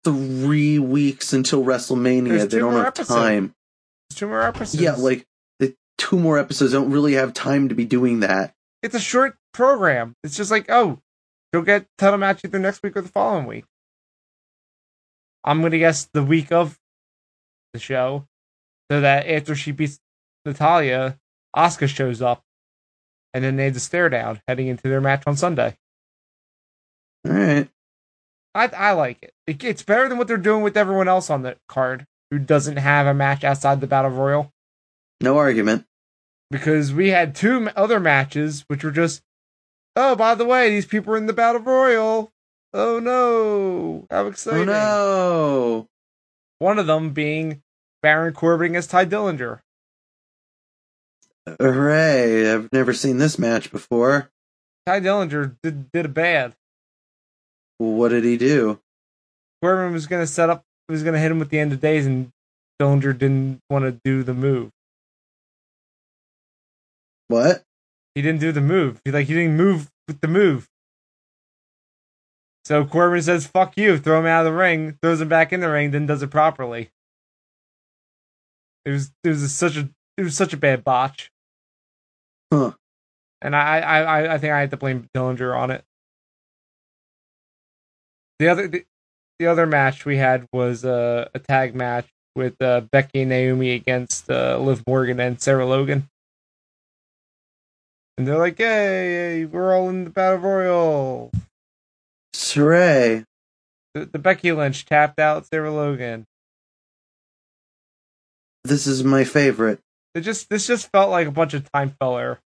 Speaker 2: three weeks until WrestleMania.
Speaker 1: There's
Speaker 2: they
Speaker 1: two
Speaker 2: don't
Speaker 1: more
Speaker 2: have
Speaker 1: episodes.
Speaker 2: time.
Speaker 1: two more episodes.
Speaker 2: Yeah, like the two more episodes don't really have time to be doing that.
Speaker 1: it's a short program. It's just like, oh, you'll get title match either next week or the following week. I'm gonna guess the week of the show, so that after she beats Natalia, Asuka shows up, and then they have the stare down heading into their match on Sunday.
Speaker 2: All right.
Speaker 1: I I like it. it. It's better than what they're doing with everyone else on the card who doesn't have a match outside the battle royal
Speaker 2: No argument.
Speaker 1: because we had two m- other matches which were just oh by the way these people are in the battle royal oh no how
Speaker 2: Oh
Speaker 1: exciting
Speaker 2: no.
Speaker 1: one of them being Baron Corbin against Ty Dillinger
Speaker 2: Hooray. I've never seen this match before.
Speaker 1: Ty Dillinger did did a bad
Speaker 2: What did he do?
Speaker 1: Corbin was gonna set up was gonna hit him with the end of days and Dillinger didn't want to do the move
Speaker 2: What?
Speaker 1: He didn't do the move. He like he didn't move with the move. So Corbin says, "Fuck you!" Throw him out of the ring. Throws him back in the ring. Then does it properly. It was it was such a it was such a bad botch.
Speaker 2: Huh.
Speaker 1: and I I I- I think I have to blame Dillinger on it. The other the, the other match we had was uh, a tag match with uh, Becky and Naomi against uh, Liv Morgan and Sarah Logan. And they're like, "Hey, hey, we're all in the battle royal."
Speaker 2: Saray.
Speaker 1: The, the Becky Lynch tapped out Sarah Logan.
Speaker 2: This is my favorite.
Speaker 1: It just this just felt like a bunch of time fell error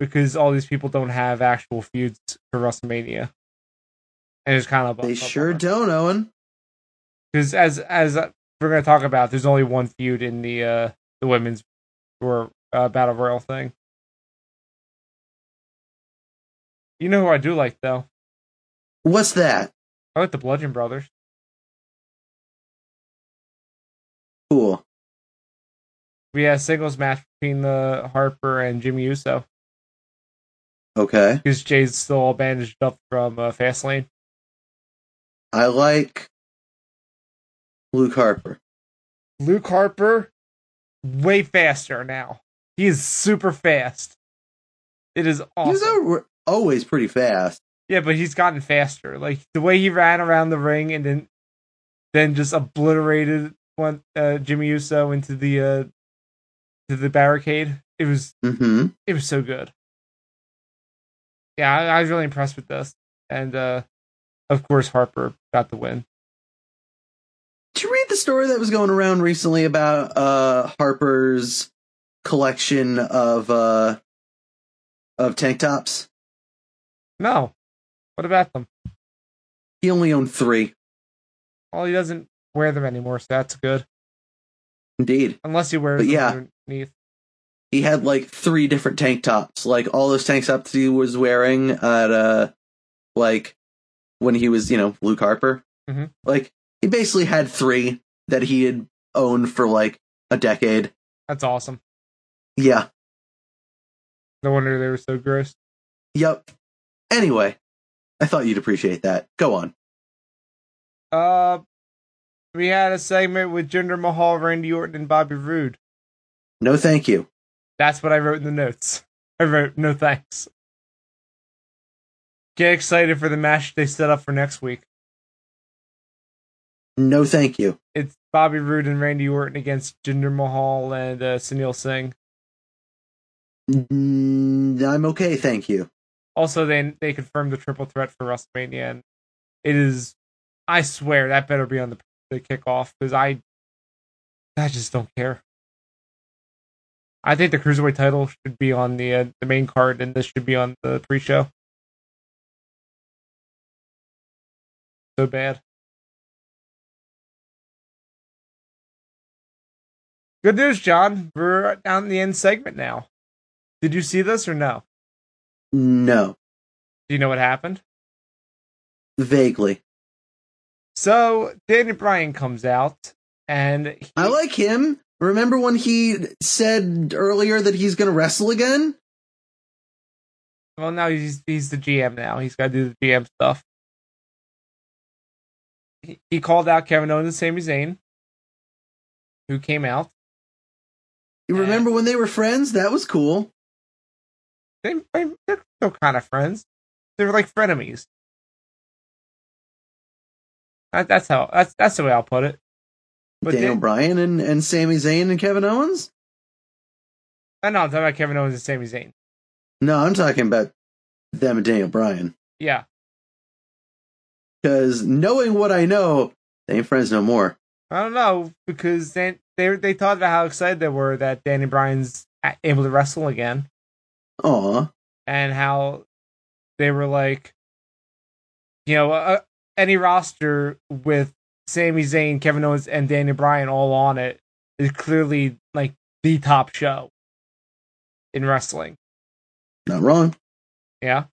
Speaker 1: because all these people don't have actual feuds for WrestleMania, and it's kind of a
Speaker 2: They
Speaker 1: bummer.
Speaker 2: sure don't, Owen.
Speaker 1: because as as we're going to talk about, there's only one feud in the uh the women's or uh, battle royal thing. You know who I do like though?
Speaker 2: What's that?
Speaker 1: I like the Bludgeon Brothers.
Speaker 2: Cool.
Speaker 1: We had a singles match between the Harper and Jimmy Uso
Speaker 2: Okay.
Speaker 1: because Jay's still all bandaged up from uh, Fastlane.
Speaker 2: I like Luke Harper.
Speaker 1: Luke Harper, way faster now. He is super fast. It is awesome.
Speaker 2: He's al- always pretty fast.
Speaker 1: Yeah, but he's gotten faster. Like the way he ran around the ring and then then just obliterated one uh, Jimmy Uso into the uh, to the barricade. It was
Speaker 2: Mm-hmm.
Speaker 1: it was so good. Yeah, I, I was really impressed with this, and uh, of course Harper got the win.
Speaker 2: Did you read the story that was going around recently about uh, Harper's collection of uh, of tank tops?
Speaker 1: No, what about them?
Speaker 2: He only owned three.
Speaker 1: Well, he doesn't wear them anymore, so that's good.
Speaker 2: Indeed,
Speaker 1: Unless he wears
Speaker 2: But
Speaker 1: them
Speaker 2: yeah.
Speaker 1: underneath.
Speaker 2: he had like three different tank tops. Like all those tank tops he was wearing at uh, like when he was you know Luke Harper.
Speaker 1: Mhm.
Speaker 2: Like he basically had three that he had owned for like a decade.
Speaker 1: That's awesome.
Speaker 2: Yeah.
Speaker 1: No wonder they were so gross.
Speaker 2: Yep. Anyway, I thought you'd appreciate that. Go on.
Speaker 1: Uh, we had a segment with Jinder Mahal, Randy Orton, and Bobby Roode.
Speaker 2: No, thank you.
Speaker 1: That's what I wrote in the notes. I wrote no thanks. Get excited for the match they set up for next week.
Speaker 2: No, thank you.
Speaker 1: It's Bobby Roode and Randy Orton against Jinder Mahal and uh, Sunil Singh.
Speaker 2: Mm, I'm okay, thank you.
Speaker 1: Also, they they confirmed the triple threat for WrestleMania, and it is. I swear that better be on the the kickoff because I, I just don't care. I think the cruiserweight title should be on the uh, the main card, and this should be on the pre-show. So bad. Good news, John. We're down the end segment now. Did you see this or no?
Speaker 2: No,
Speaker 1: Do you know what happened?
Speaker 2: vaguely.
Speaker 1: So Daniel Bryan comes out and he,
Speaker 2: I like him. Remember when he said earlier that he's going to wrestle again?
Speaker 1: well now he's he's the GM now. He's got to do the GM stuff. He, he called out Kevin Owens and Sami Zayn, who came out.
Speaker 2: You remember when they were friends? That was cool.
Speaker 1: They, they they're still kind of friends. They're like frenemies. That, that's how that's that's the way I'll put it. But
Speaker 2: Daniel
Speaker 1: Dan-
Speaker 2: Bryan and, and Sami Zayn and Kevin Owens?
Speaker 1: I know I'm talking about Kevin Owens and Sami Zayn.
Speaker 2: No, I'm talking about them and Daniel Bryan.
Speaker 1: Yeah,
Speaker 2: Because knowing what I know, they ain't friends no more.
Speaker 1: I don't know because they they they talked about how excited they were that Danny Bryan's a- able to wrestle again
Speaker 2: Aw.
Speaker 1: and how they were like, you know, uh, any roster with Sami Zayn, Kevin Owens, and Danny Bryan all on it is clearly like the top show in wrestling.
Speaker 2: Not wrong.
Speaker 1: Yeah.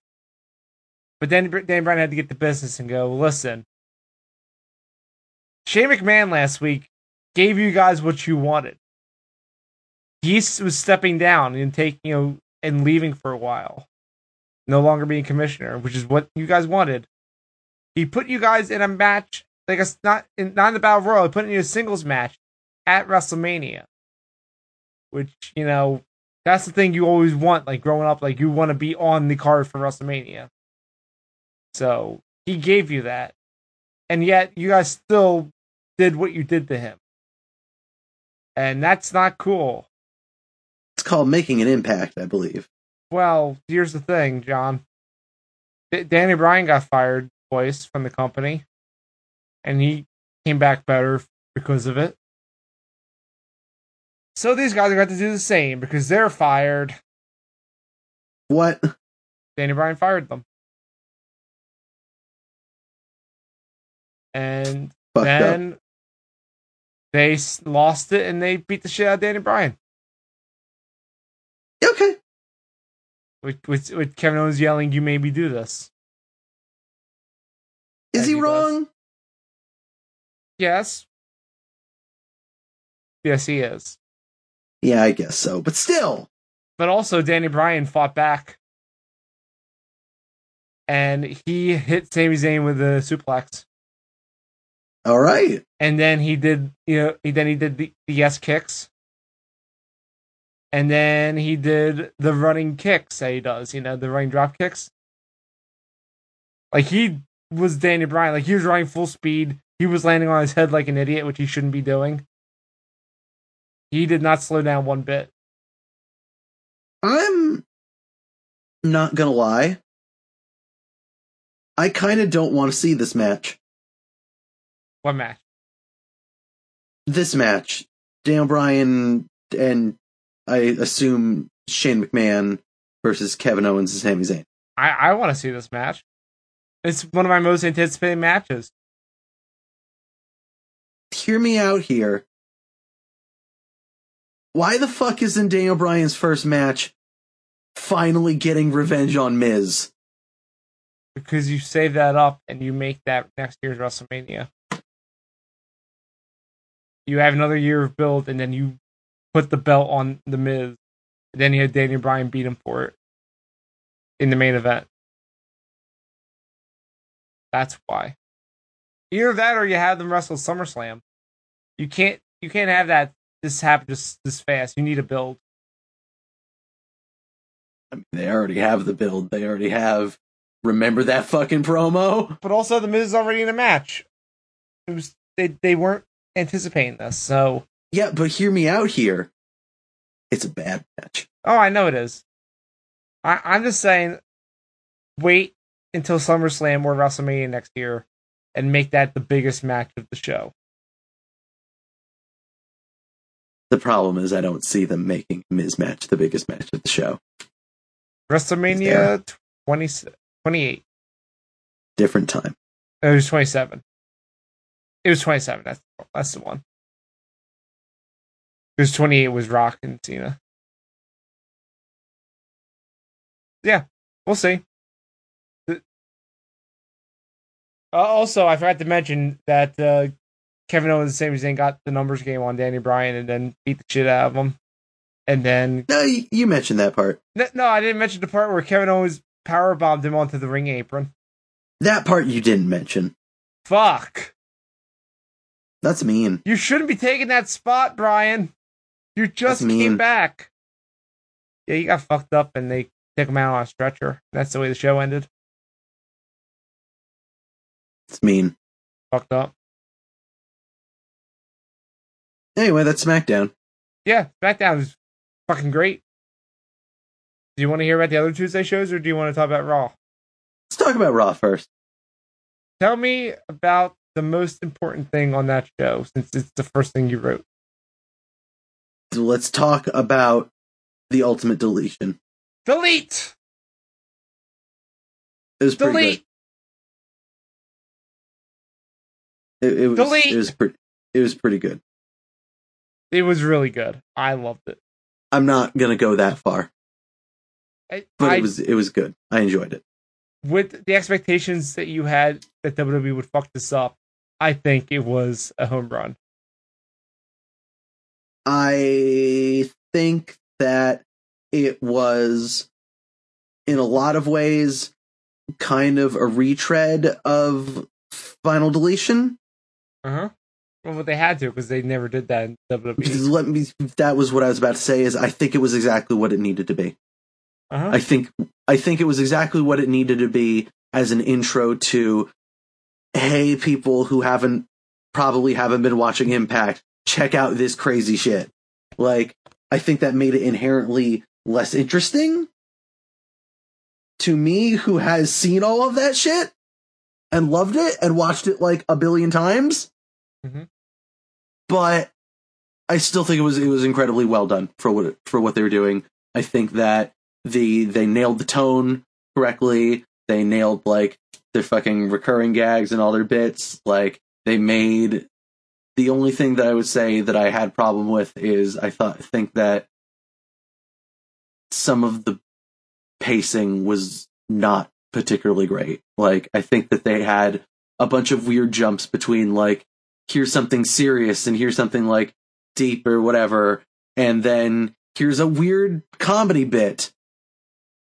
Speaker 1: But then Br- Dan Bryan had to get the business and go, listen, Shane McMahon last week gave you guys what you wanted. He s- was stepping down and taking, you know, and leaving for a while, no longer being commissioner, which is what you guys wanted. He put you guys in a match, like it's not in, not in the battle royal. He put you in a singles match at WrestleMania, which you know That's the thing you always want, like growing up, like you want to be on the card for WrestleMania. So he gave you that. And yet you guys still did what you did to him. And that's not cool.
Speaker 2: It's called making an impact, I believe.
Speaker 1: Well, here's the thing, John. D- Danny Bryan got fired twice from the company, and he came back better because of it. So these guys are going to do the same because they're fired.
Speaker 2: What?
Speaker 1: Danny Bryan fired them. And
Speaker 2: Fucked up.
Speaker 1: then they s- lost it and they beat the shit out of Danny Bryan
Speaker 2: Okay.
Speaker 1: with, with, with Kevin Owens yelling, You made me do this.
Speaker 2: Is he
Speaker 1: Andy does.
Speaker 2: wrong?
Speaker 1: Yes. Yes, he is.
Speaker 2: Yeah, I guess so. But still,
Speaker 1: But also, Danny Bryan fought back. And he hit Sami Zayn with a suplex.
Speaker 2: all right.
Speaker 1: And then he did, you know, he, then he did the, the yes kicks. And then he did the running kicks that he does, you know, the running drop kicks. Like he was Danny Bryan. Like he was running full speed. He was landing on his head like an idiot, which he shouldn't be doing. He did not slow down one bit.
Speaker 2: I'm not gonna lie. I kind of don't want to see this match.
Speaker 1: One match.
Speaker 2: This match, Dan Bryan and I assume Shane McMahon versus Kevin Owens and Sami Zayn.
Speaker 1: I, I want to see this match. It's one of my most anticipated matches.
Speaker 2: Hear me out here. Why the fuck isn't Daniel Bryan's first match finally getting revenge on Miz?
Speaker 1: because you save that up and you make that next year's WrestleMania. You have another year of build, and then you put the belt on the Miz. And then you had Daniel Bryan beat him for it in the main event. That's why. Either that, or you have them wrestle SummerSlam. You can't. You can't have that. This happen just this fast. You need a build.
Speaker 2: I mean, they already have the build. They already have. Remember that fucking promo?
Speaker 1: but also the Miz is already in a match. It was they they weren't anticipating this, so
Speaker 2: Yeah, but hear me out here. It's a bad match.
Speaker 1: oh, I know it is. I I'm just saying, wait until SummerSlam or WrestleMania next year, and make that the biggest match of the show.
Speaker 2: The problem is, I don't see them making Miz match the biggest match of the show.
Speaker 1: WrestleMania 20, 28.
Speaker 2: Different time.
Speaker 1: No, It was twenty seven. It was twenty seven. That's that's the one. It was twenty eight. Was Rock and Cena. Yeah, we'll see. The- Uh, also, I forgot to mention that uh, Kevin Owens and Sami Zayn got the numbers game on Danny Bryan and then beat the shit out of him. And then
Speaker 2: No, you, you mentioned that part.
Speaker 1: no, no, I didn't mention the part where Kevin Owens power bombed him onto the ring apron.
Speaker 2: That part you didn't mention.
Speaker 1: Fuck.
Speaker 2: That's mean.
Speaker 1: You shouldn't be taking that spot, Brian. You just
Speaker 2: That's mean.
Speaker 1: came back. Yeah, you got fucked up and they took him out on a stretcher. That's the way the show ended.
Speaker 2: It's mean.
Speaker 1: Fucked up.
Speaker 2: Anyway, that's SmackDown.
Speaker 1: Yeah, SmackDown was fucking great. Do you want to hear about the other Tuesday shows or do you want to talk about Raw?
Speaker 2: Let's talk about Raw first.
Speaker 1: Tell me about the most important thing on that show since it's the first thing you wrote.
Speaker 2: Let's talk about the ultimate deletion.
Speaker 1: Delete!
Speaker 2: It was pretty
Speaker 1: Delete!
Speaker 2: good. It, it was,
Speaker 1: Delete!
Speaker 2: It was pretty. It was pretty good.
Speaker 1: It was really good. I loved it.
Speaker 2: I'm not gonna go that far,
Speaker 1: I,
Speaker 2: but
Speaker 1: I-
Speaker 2: it was it was good. I enjoyed it.
Speaker 1: with the expectations that you had that WWE would fuck this up, I think it was a home run.
Speaker 2: I think that it was, in a lot of ways, kind of a retread of Final Deletion.
Speaker 1: Uh huh. Well, they had to because they never did that in E. WWE.
Speaker 2: Let me. That was what I was about to say. Is I think it was exactly what it needed to be.
Speaker 1: Uh-huh.
Speaker 2: I think I think it was exactly what it needed to be as an intro to hey people who haven't probably haven't been watching Impact, check out this crazy shit. Like I think that made it inherently less interesting to me who has seen all of that shit and loved it and watched it like a billion times.
Speaker 1: Mhm.
Speaker 2: But I still think it was it was incredibly well done for what for what they were doing. I think that the they nailed the tone correctly. They nailed like their fucking recurring gags and all their bits. Like they made the only thing that I would say that I had problem with is I thought think that some of the pacing was not particularly great. Like I think that they had a bunch of weird jumps between like here's something serious and here's something like deep or whatever and then here's a weird comedy bit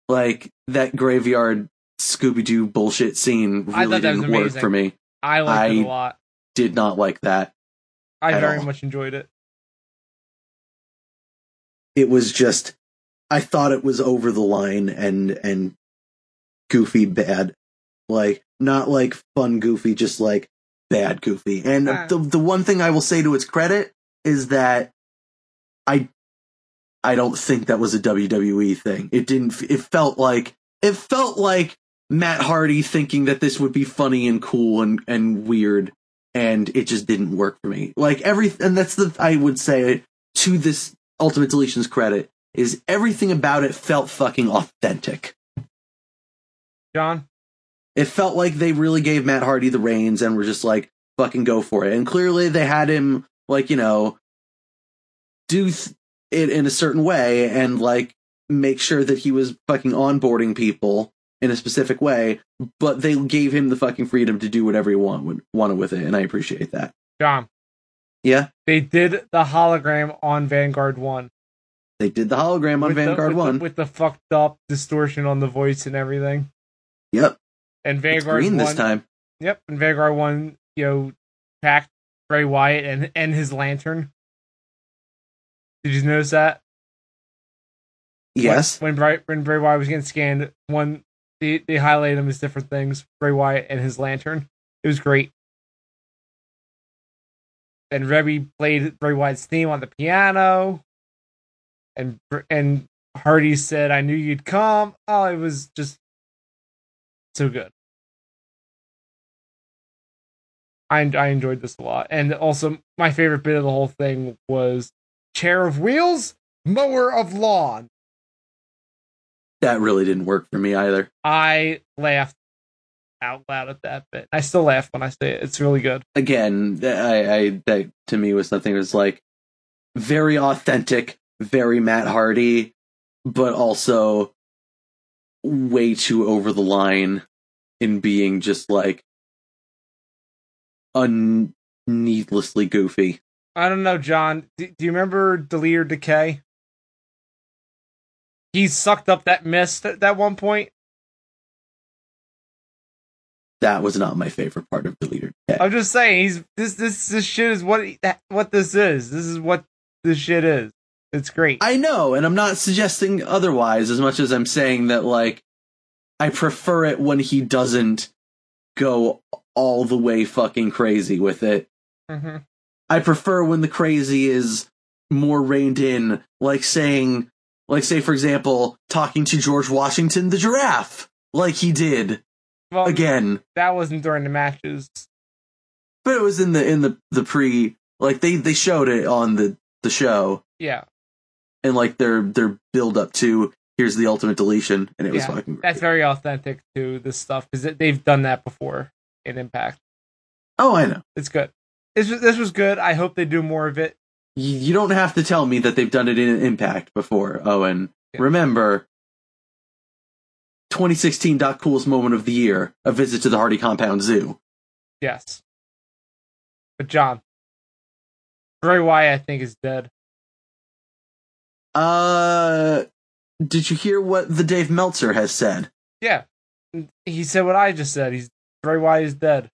Speaker 2: like that graveyard Scooby Doo bullshit scene
Speaker 1: I
Speaker 2: really
Speaker 1: thought that was
Speaker 2: didn't work
Speaker 1: amazing.
Speaker 2: for me.
Speaker 1: I liked it
Speaker 2: I-
Speaker 1: a lot.
Speaker 2: Did not like that.
Speaker 1: I
Speaker 2: at
Speaker 1: very
Speaker 2: all.
Speaker 1: much enjoyed it.
Speaker 2: It was just I thought it was over the line and and goofy bad. Like not like fun goofy, just like bad goofy. And
Speaker 1: Ah.
Speaker 2: the the one thing I will say to its credit is that I I don't think that was a WWE thing. It didn't it felt like it felt like Matt Hardy thinking that this would be funny and cool and, and weird, and it just didn't work for me. Like every, and that's the I would say to this Ultimate Deletion's credit is everything about it felt fucking authentic.
Speaker 1: John,
Speaker 2: It felt like they really gave Matt Hardy the reins and were just like fucking go for it. And clearly they had him like you know do th- it in a certain way and like make sure that he was fucking onboarding people in a specific way, but they gave him the fucking freedom to do whatever he want, wanted with it, and I appreciate that.
Speaker 1: John,
Speaker 2: Yeah,
Speaker 1: they did the hologram on Vanguard One.
Speaker 2: they did the hologram on
Speaker 1: With the-
Speaker 2: Vanguard
Speaker 1: with
Speaker 2: One.
Speaker 1: the, with the fucked up distortion on the voice and everything.
Speaker 2: yep,
Speaker 1: And
Speaker 2: it's
Speaker 1: Vanguard
Speaker 2: green
Speaker 1: One.
Speaker 2: this time.
Speaker 1: Yep, and Vanguard One, you know, packed Bray Wyatt and and his lantern. Did you notice that?
Speaker 2: Yes,
Speaker 1: When, when Bray when Bray Wyatt was getting scanned, one they they highlighted him as different things. Bray Wyatt and his lantern. It was great. And Rebby played Bray Wyatt's theme on the piano. And Br- and Hardy said, "I knew you'd come." Oh, it was just so good. I I enjoyed this a lot. And also, my favorite bit of the whole thing was chair of wheels, mower of lawn.
Speaker 2: that really didn't work for me either.
Speaker 1: I laughed out loud at that bit. I still laugh when I say it. It's really good.
Speaker 2: Again, th- I, I that to me was something that was like very authentic, very Matt Hardy, but also way too over the line in being just like un needlessly goofy.
Speaker 1: I don't know, John. Do, do you remember Delir Decay? He sucked up that mist at that one point.
Speaker 2: That was not my favorite part of the leader.
Speaker 1: I'm just saying, he's this this this shit is what he- that- what this is. This is what this shit is. It's great.
Speaker 2: I know, and I'm not suggesting otherwise as much as I'm saying that like I prefer it when he doesn't go all the way fucking crazy with it.
Speaker 1: Mhm.
Speaker 2: I prefer when the crazy is more reined in, like saying like say for example, talking to George Washington the giraffe, like he did
Speaker 1: Well,
Speaker 2: again.
Speaker 1: that wasn't during the matches.
Speaker 2: But it was in the in the the pre like they they showed it on the the show
Speaker 1: Yeah,
Speaker 2: and like their their build up to here's the ultimate deletion and it was
Speaker 1: Yeah,
Speaker 2: fucking great.
Speaker 1: that's very authentic to this stuff because they've done that before in Impact.
Speaker 2: Oh, I know.
Speaker 1: It's good. This was, this was good. I hope they do more of it.
Speaker 2: You, you don't have to tell me that they've done it in Impact before, Owen.
Speaker 1: Yeah.
Speaker 2: Remember, 2016 Doc Cool's moment of the year, a visit to the Hardy Compound Zoo.
Speaker 1: Yes. But John, Bray Wyatt, I think, is dead.
Speaker 2: Uh, did you hear what the Dave Meltzer has said?
Speaker 1: Yeah, he said what I just said. He's Bray Wyatt is dead.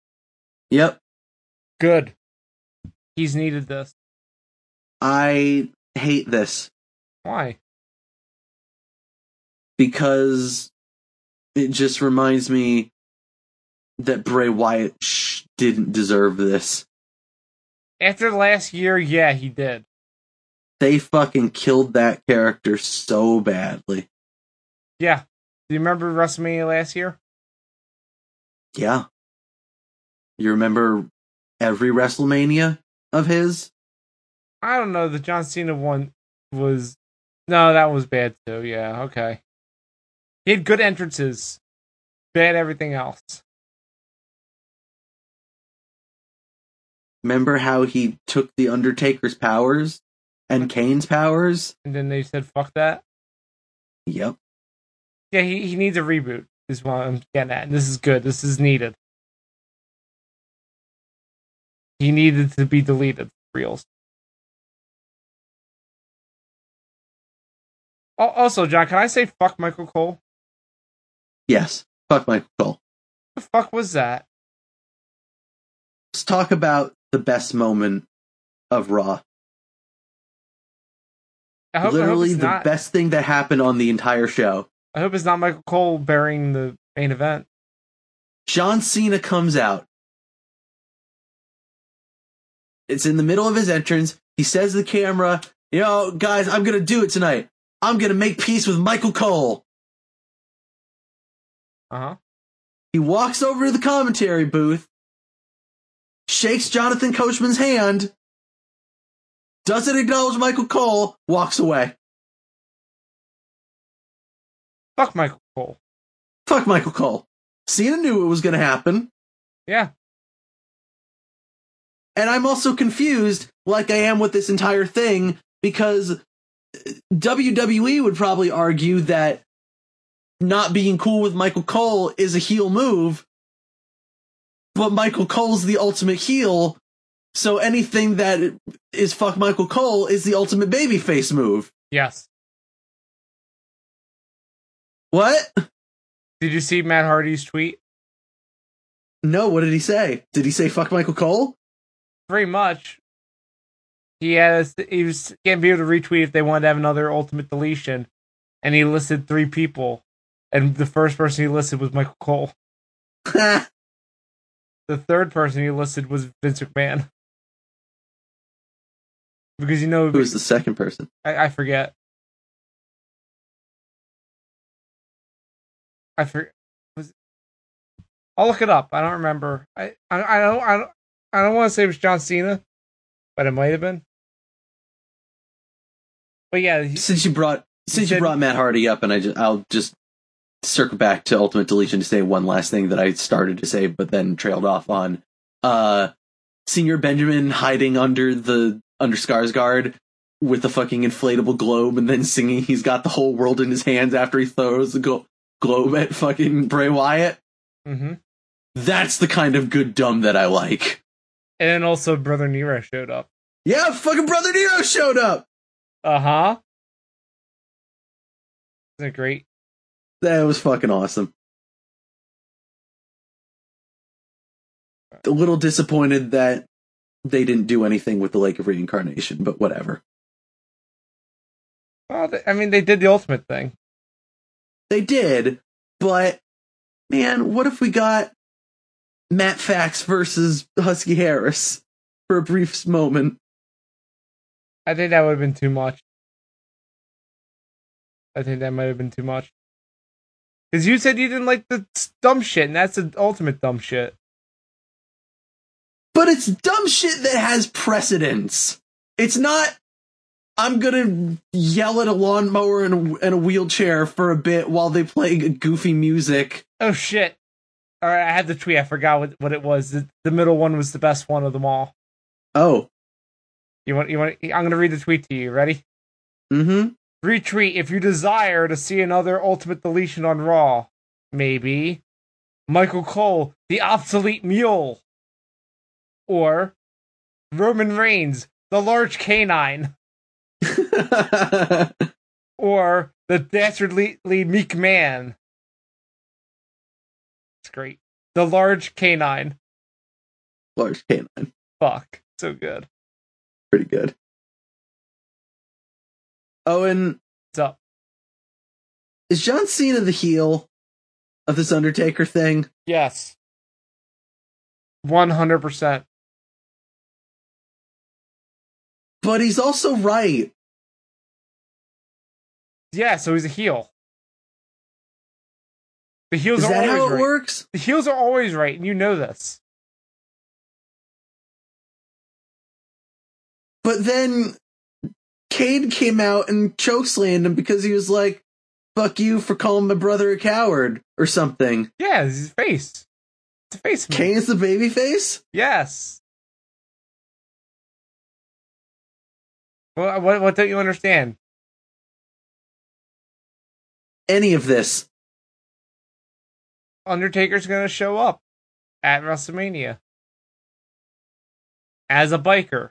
Speaker 2: Yep.
Speaker 1: Good. He's needed this.
Speaker 2: I hate this
Speaker 1: Why?
Speaker 2: because it just reminds me that Bray Wyatt sh- didn't deserve this.
Speaker 1: After last year, yeah, he did.
Speaker 2: They fucking killed that character so badly.
Speaker 1: Yeah. Do you remember WrestleMania last year?
Speaker 2: Yeah. You remember every WrestleMania of his?
Speaker 1: I don't know. The John Cena one was. No, that was bad too. Yeah, okay. He had good entrances, bad everything else.
Speaker 2: Remember how he took the Undertaker's powers and Kane's powers?
Speaker 1: And then they said, fuck that.
Speaker 2: Yep.
Speaker 1: Yeah, he, he needs a reboot, is what I'm getting at. This is good. This is needed. He needed to be deleted, reels. Al- Also, John, can I say fuck Michael Cole?
Speaker 2: Yes. Fuck Michael Cole.
Speaker 1: The fuck was that?
Speaker 2: Let's talk about the best moment of Raw.
Speaker 1: I hope, I hope
Speaker 2: Literally
Speaker 1: it's
Speaker 2: the
Speaker 1: not.
Speaker 2: best thing that happened on the entire show.
Speaker 1: I hope it's not Michael Cole burying the main event.
Speaker 2: John Cena comes out. It's in the middle of his entrance. He says to the camera, You know, guys, I'm going to do it tonight. I'm going to make peace with Michael Cole.
Speaker 1: Uh huh.
Speaker 2: He walks over to the commentary booth, shakes Jonathan Coachman's hand, doesn't acknowledge Michael Cole, walks away.
Speaker 1: Fuck Michael Cole.
Speaker 2: Fuck Michael Cole. Cena knew it was going to happen,
Speaker 1: Yeah.
Speaker 2: and I'm also confused, like I am with this entire thing, because WWE would probably argue that not being cool with Michael Cole is a heel move, but Michael Cole's the ultimate heel, so anything that is fuck Michael Cole is the ultimate babyface move.
Speaker 1: Yes.
Speaker 2: What?
Speaker 1: Did you see Matt Hardy's tweet?
Speaker 2: No, what did he say? Did he say fuck Michael Cole?
Speaker 1: pretty much he had a, he was getting people to retweet if they wanted to have another ultimate deletion and he listed three people and the first person he listed was michael cole the third person he listed was vince mcmahon because you know
Speaker 2: Who's the second person?
Speaker 1: I, I forget i forget was i'll look it up i don't remember i i, I don't i don't i don't want to say it was john cena but it might have been but yeah he-
Speaker 2: Since you brought since
Speaker 1: said-
Speaker 2: you brought Matt Hardy up, and I just I'll just circle back to Ultimate Deletion to say one last thing that I started to say, but then trailed off on. Uh, Senior Benjamin hiding under the under Skarsgård with the fucking inflatable globe, and then singing he's got the whole world in his hands after he throws the glo- globe at fucking Bray Wyatt.
Speaker 1: mhm. and
Speaker 2: That's the kind of good dumb that I like.
Speaker 1: then also brother nero showed up
Speaker 2: Yeah, fucking brother Nero showed up.
Speaker 1: uh-huh isn't it great
Speaker 2: That was fucking awesome. A little disappointed that they didn't do anything with the Lake of Reincarnation, but whatever.
Speaker 1: well they, i mean they did the ultimate thing
Speaker 2: They did, but man, what if we got Matt Fax versus Husky Harris for a brief moment?
Speaker 1: I think that would have been too much. I think that might have been too much. Because you said you didn't like the s- dumb shit, and that's the ultimate dumb shit.
Speaker 2: But it's dumb shit that has precedence. It's not. I'm gonna yell at a lawnmower and a, and a wheelchair for a bit while they play goofy music.
Speaker 1: Oh shit! All right, I had the tweet. I forgot what, what it was. The, the middle one was the best one of them all.
Speaker 2: Oh.
Speaker 1: You want? You want? I'm gonna read the tweet to you. Ready?
Speaker 2: Mm-hmm.
Speaker 1: Retweet if you desire to see another ultimate deletion on Raw. Maybe. Michael Cole, the obsolete mule. Or Roman Reigns, the large canine. or the dastardly meek man. It's great. The large canine.
Speaker 2: Large canine.
Speaker 1: Fuck. So good.
Speaker 2: pretty good. Owen,
Speaker 1: What's up?
Speaker 2: is John Cena the heel of this Undertaker thing?
Speaker 1: Yes. 100%.
Speaker 2: But he's also right.
Speaker 1: Yeah, so he's a heel. The heels
Speaker 2: Is
Speaker 1: are
Speaker 2: that
Speaker 1: always
Speaker 2: how it
Speaker 1: right.
Speaker 2: works?
Speaker 1: The heels are always right, and you know this.
Speaker 2: But then Cade came out and chokeslammed him because he was like, fuck you for calling my brother a coward or something.
Speaker 1: Yeah, it's his face. It's a face. move.
Speaker 2: Kane's the babyface?
Speaker 1: Yes. Well, what, what don't you understand?
Speaker 2: Any of this.
Speaker 1: Undertaker's going to show up at WrestleMania as a biker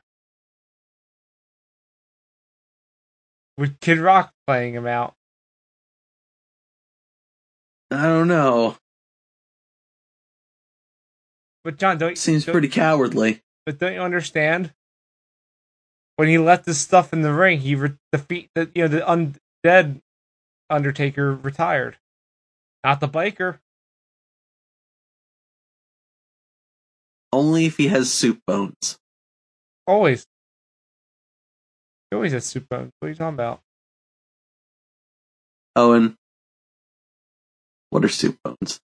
Speaker 1: with Kid Rock playing him out.
Speaker 2: I don't know.
Speaker 1: But John, don't
Speaker 2: Seems
Speaker 1: don't-
Speaker 2: pretty cowardly.
Speaker 1: But don't you understand? When he left his stuff in the ring, he re- defeat the you know the undead Undertaker retired, not the biker.
Speaker 2: Only if he has soup bones.
Speaker 1: Always. He always has soup bones. What are you talking about?
Speaker 2: Owen, what are soup bones?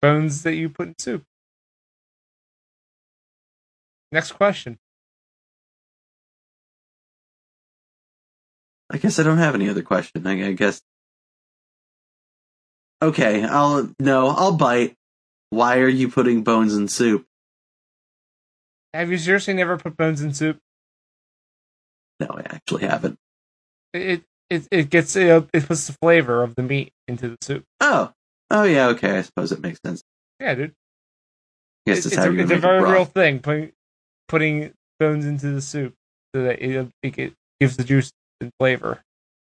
Speaker 1: Bones that you put in soup. Next question.
Speaker 2: I guess I don't have any other question. I, I guess. Okay, I'll no, I'll bite. Why are you putting bones in soup?
Speaker 1: Have you seriously never put bones in soup?
Speaker 2: No, I actually haven't.
Speaker 1: It it it gets you know, it puts the flavor of the meat into the soup.
Speaker 2: Oh, oh yeah, okay. I suppose it makes sense.
Speaker 1: Yeah, dude.
Speaker 2: I
Speaker 1: It-
Speaker 2: guess it's
Speaker 1: it's,
Speaker 2: how
Speaker 1: a,
Speaker 2: you
Speaker 1: it's a
Speaker 2: make
Speaker 1: very
Speaker 2: broth.
Speaker 1: real thing putting putting bones into the soup so that it, it, it gives the juice and flavor.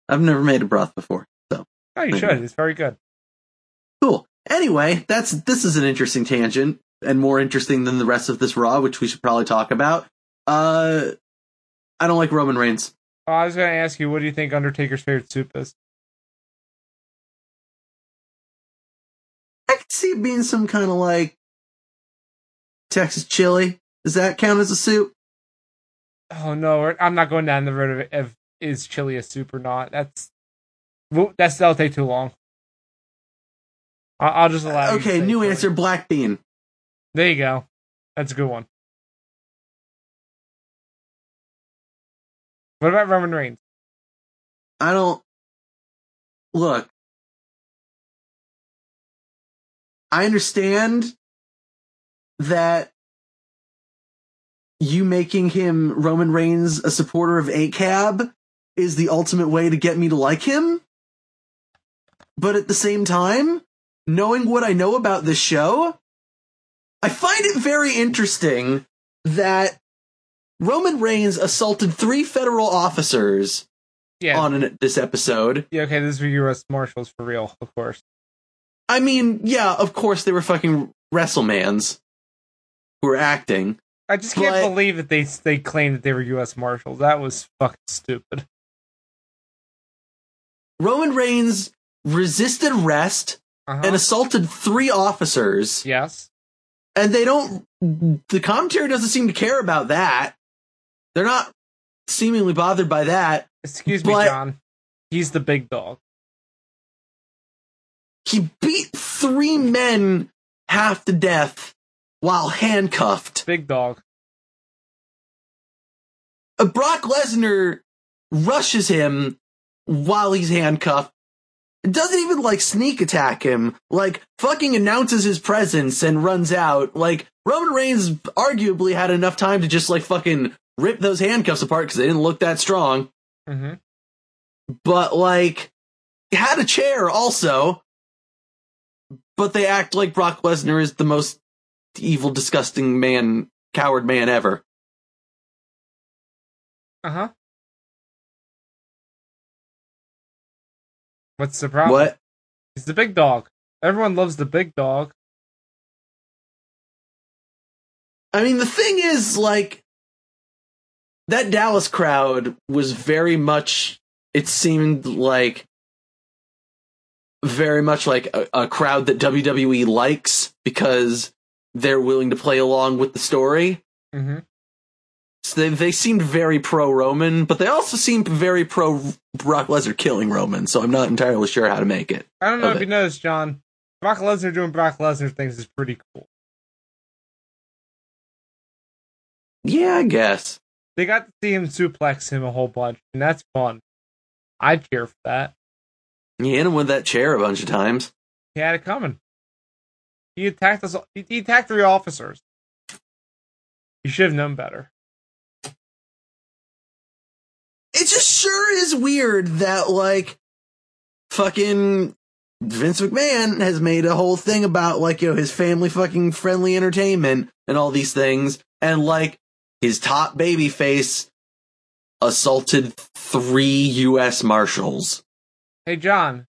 Speaker 2: I've never made a broth before, so
Speaker 1: No, you
Speaker 2: Mhm.
Speaker 1: should. It's very good.
Speaker 2: cool. Anyway, that's this is an interesting tangent and more interesting than the rest of this raw, which we should probably talk about. Uh, I don't like Roman Reigns.
Speaker 1: Oh, I was going to ask you, what do you think Undertaker's favorite soup is?
Speaker 2: I could see it being some kind of like Texas chili. Does that count as a soup?
Speaker 1: Oh no, we're- I'm not going down the road of, of is chili a soup or not. That's well, that's that'll take too long. I- I'll just allow. you to
Speaker 2: okay,
Speaker 1: say
Speaker 2: new
Speaker 1: chili.
Speaker 2: answer: black bean.
Speaker 1: There you go. That's a good one. What about Roman Reigns?
Speaker 2: I don't look. I understand that you making him Roman Reigns a supporter of A Cab is the ultimate way to get me to like him. But at the same time, knowing what I know about this show, I find it very interesting that Roman Reigns assaulted three federal officers
Speaker 1: Yeah,
Speaker 2: on an, this episode.
Speaker 1: yeah. Okay, this is for U.S. Marshals for real, of course.
Speaker 2: I mean, yeah, of course they were fucking WrestleMans who were acting.
Speaker 1: I just can't
Speaker 2: But-
Speaker 1: believe that they they claimed that they were U.S. Marshals. That was fucking stupid.
Speaker 2: Roman Reigns resisted arrest
Speaker 1: Uh-huh.
Speaker 2: and assaulted three officers,
Speaker 1: yes,
Speaker 2: and they don't. The commentary doesn't seem to care about that. They're not seemingly bothered by that.
Speaker 1: excuse me,
Speaker 2: But-
Speaker 1: John. He's the big dog.
Speaker 2: He beat three men half to death while handcuffed.
Speaker 1: Big dog.
Speaker 2: Uh, Brock Lesnar rushes him while he's handcuffed. Doesn't even like sneak attack him. Like fucking announces his presence and runs out. Like Roman Reigns arguably had enough time to just like fucking rip those handcuffs apart because they didn't look that strong.
Speaker 1: hmm
Speaker 2: But like had a chair also. But they act like Brock Lesnar is the most evil, disgusting man, coward man ever.
Speaker 1: Uh huh. What's the problem?
Speaker 2: What?
Speaker 1: He's the big dog. Everyone loves the big dog.
Speaker 2: I mean, the thing is, like, that Dallas crowd was very much. It seemed like very much like a, a crowd that WWE likes because they're willing to play along with the story.
Speaker 1: Mm-hmm.
Speaker 2: So they, they seemed very pro Roman, but they also seemed very pro Brock Lesnar killing Roman. So I'm not entirely sure how to make it.
Speaker 1: I don't know
Speaker 2: Love
Speaker 1: if
Speaker 2: it.
Speaker 1: you noticed, John. Brock Lesnar doing Brock Lesnar things is pretty cool.
Speaker 2: Yeah, I guess.
Speaker 1: They got to see him suplex him a whole bunch, and that's fun. I cheer for that.
Speaker 2: He hit him with that chair a bunch of times.
Speaker 1: He had it coming. He attacked us. He he attacked three officers. You should have known better.
Speaker 2: It just sure is weird that like fucking Vince McMahon has made a whole thing about like yo his family fucking friendly entertainment and all these things and like his top baby face assaulted 3 US marshals.
Speaker 1: Hey, John.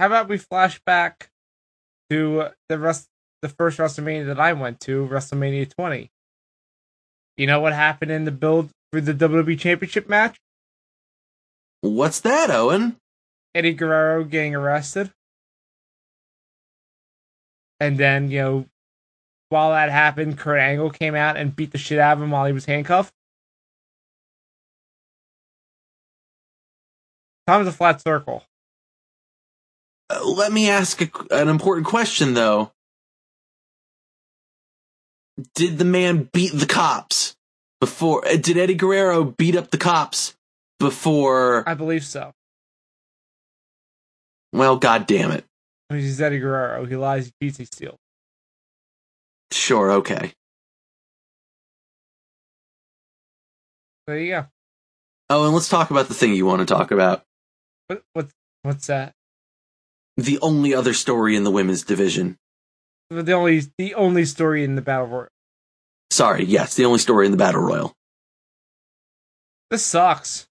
Speaker 1: How about we flash back to the rest, the first WrestleMania that I went to, WrestleMania 20. You know what happened in the build for the WWE Championship match?
Speaker 2: What's that, Owen?
Speaker 1: Eddie Guerrero getting arrested. And then, you know, while that happened, Kurt Angle came out and beat the shit out of him while he was handcuffed. Time's a flat circle.
Speaker 2: Uh, let me ask a, an important question though. Did the man beat the cops before? uh, Did Eddie Guerrero beat up the cops before?
Speaker 1: I believe so.
Speaker 2: well, god damn it.
Speaker 1: I mean, he's Eddie Guerrero. He lies, he cheats, he steals.
Speaker 2: Sure, okay.
Speaker 1: There you go.
Speaker 2: Oh, and let's talk about the thing you want to talk about.
Speaker 1: What, what's what's that?
Speaker 2: The only other story in the women's division.
Speaker 1: The only the only story in the battle royal.
Speaker 2: Sorry, yes, the only story in the battle royal.
Speaker 1: This sucks.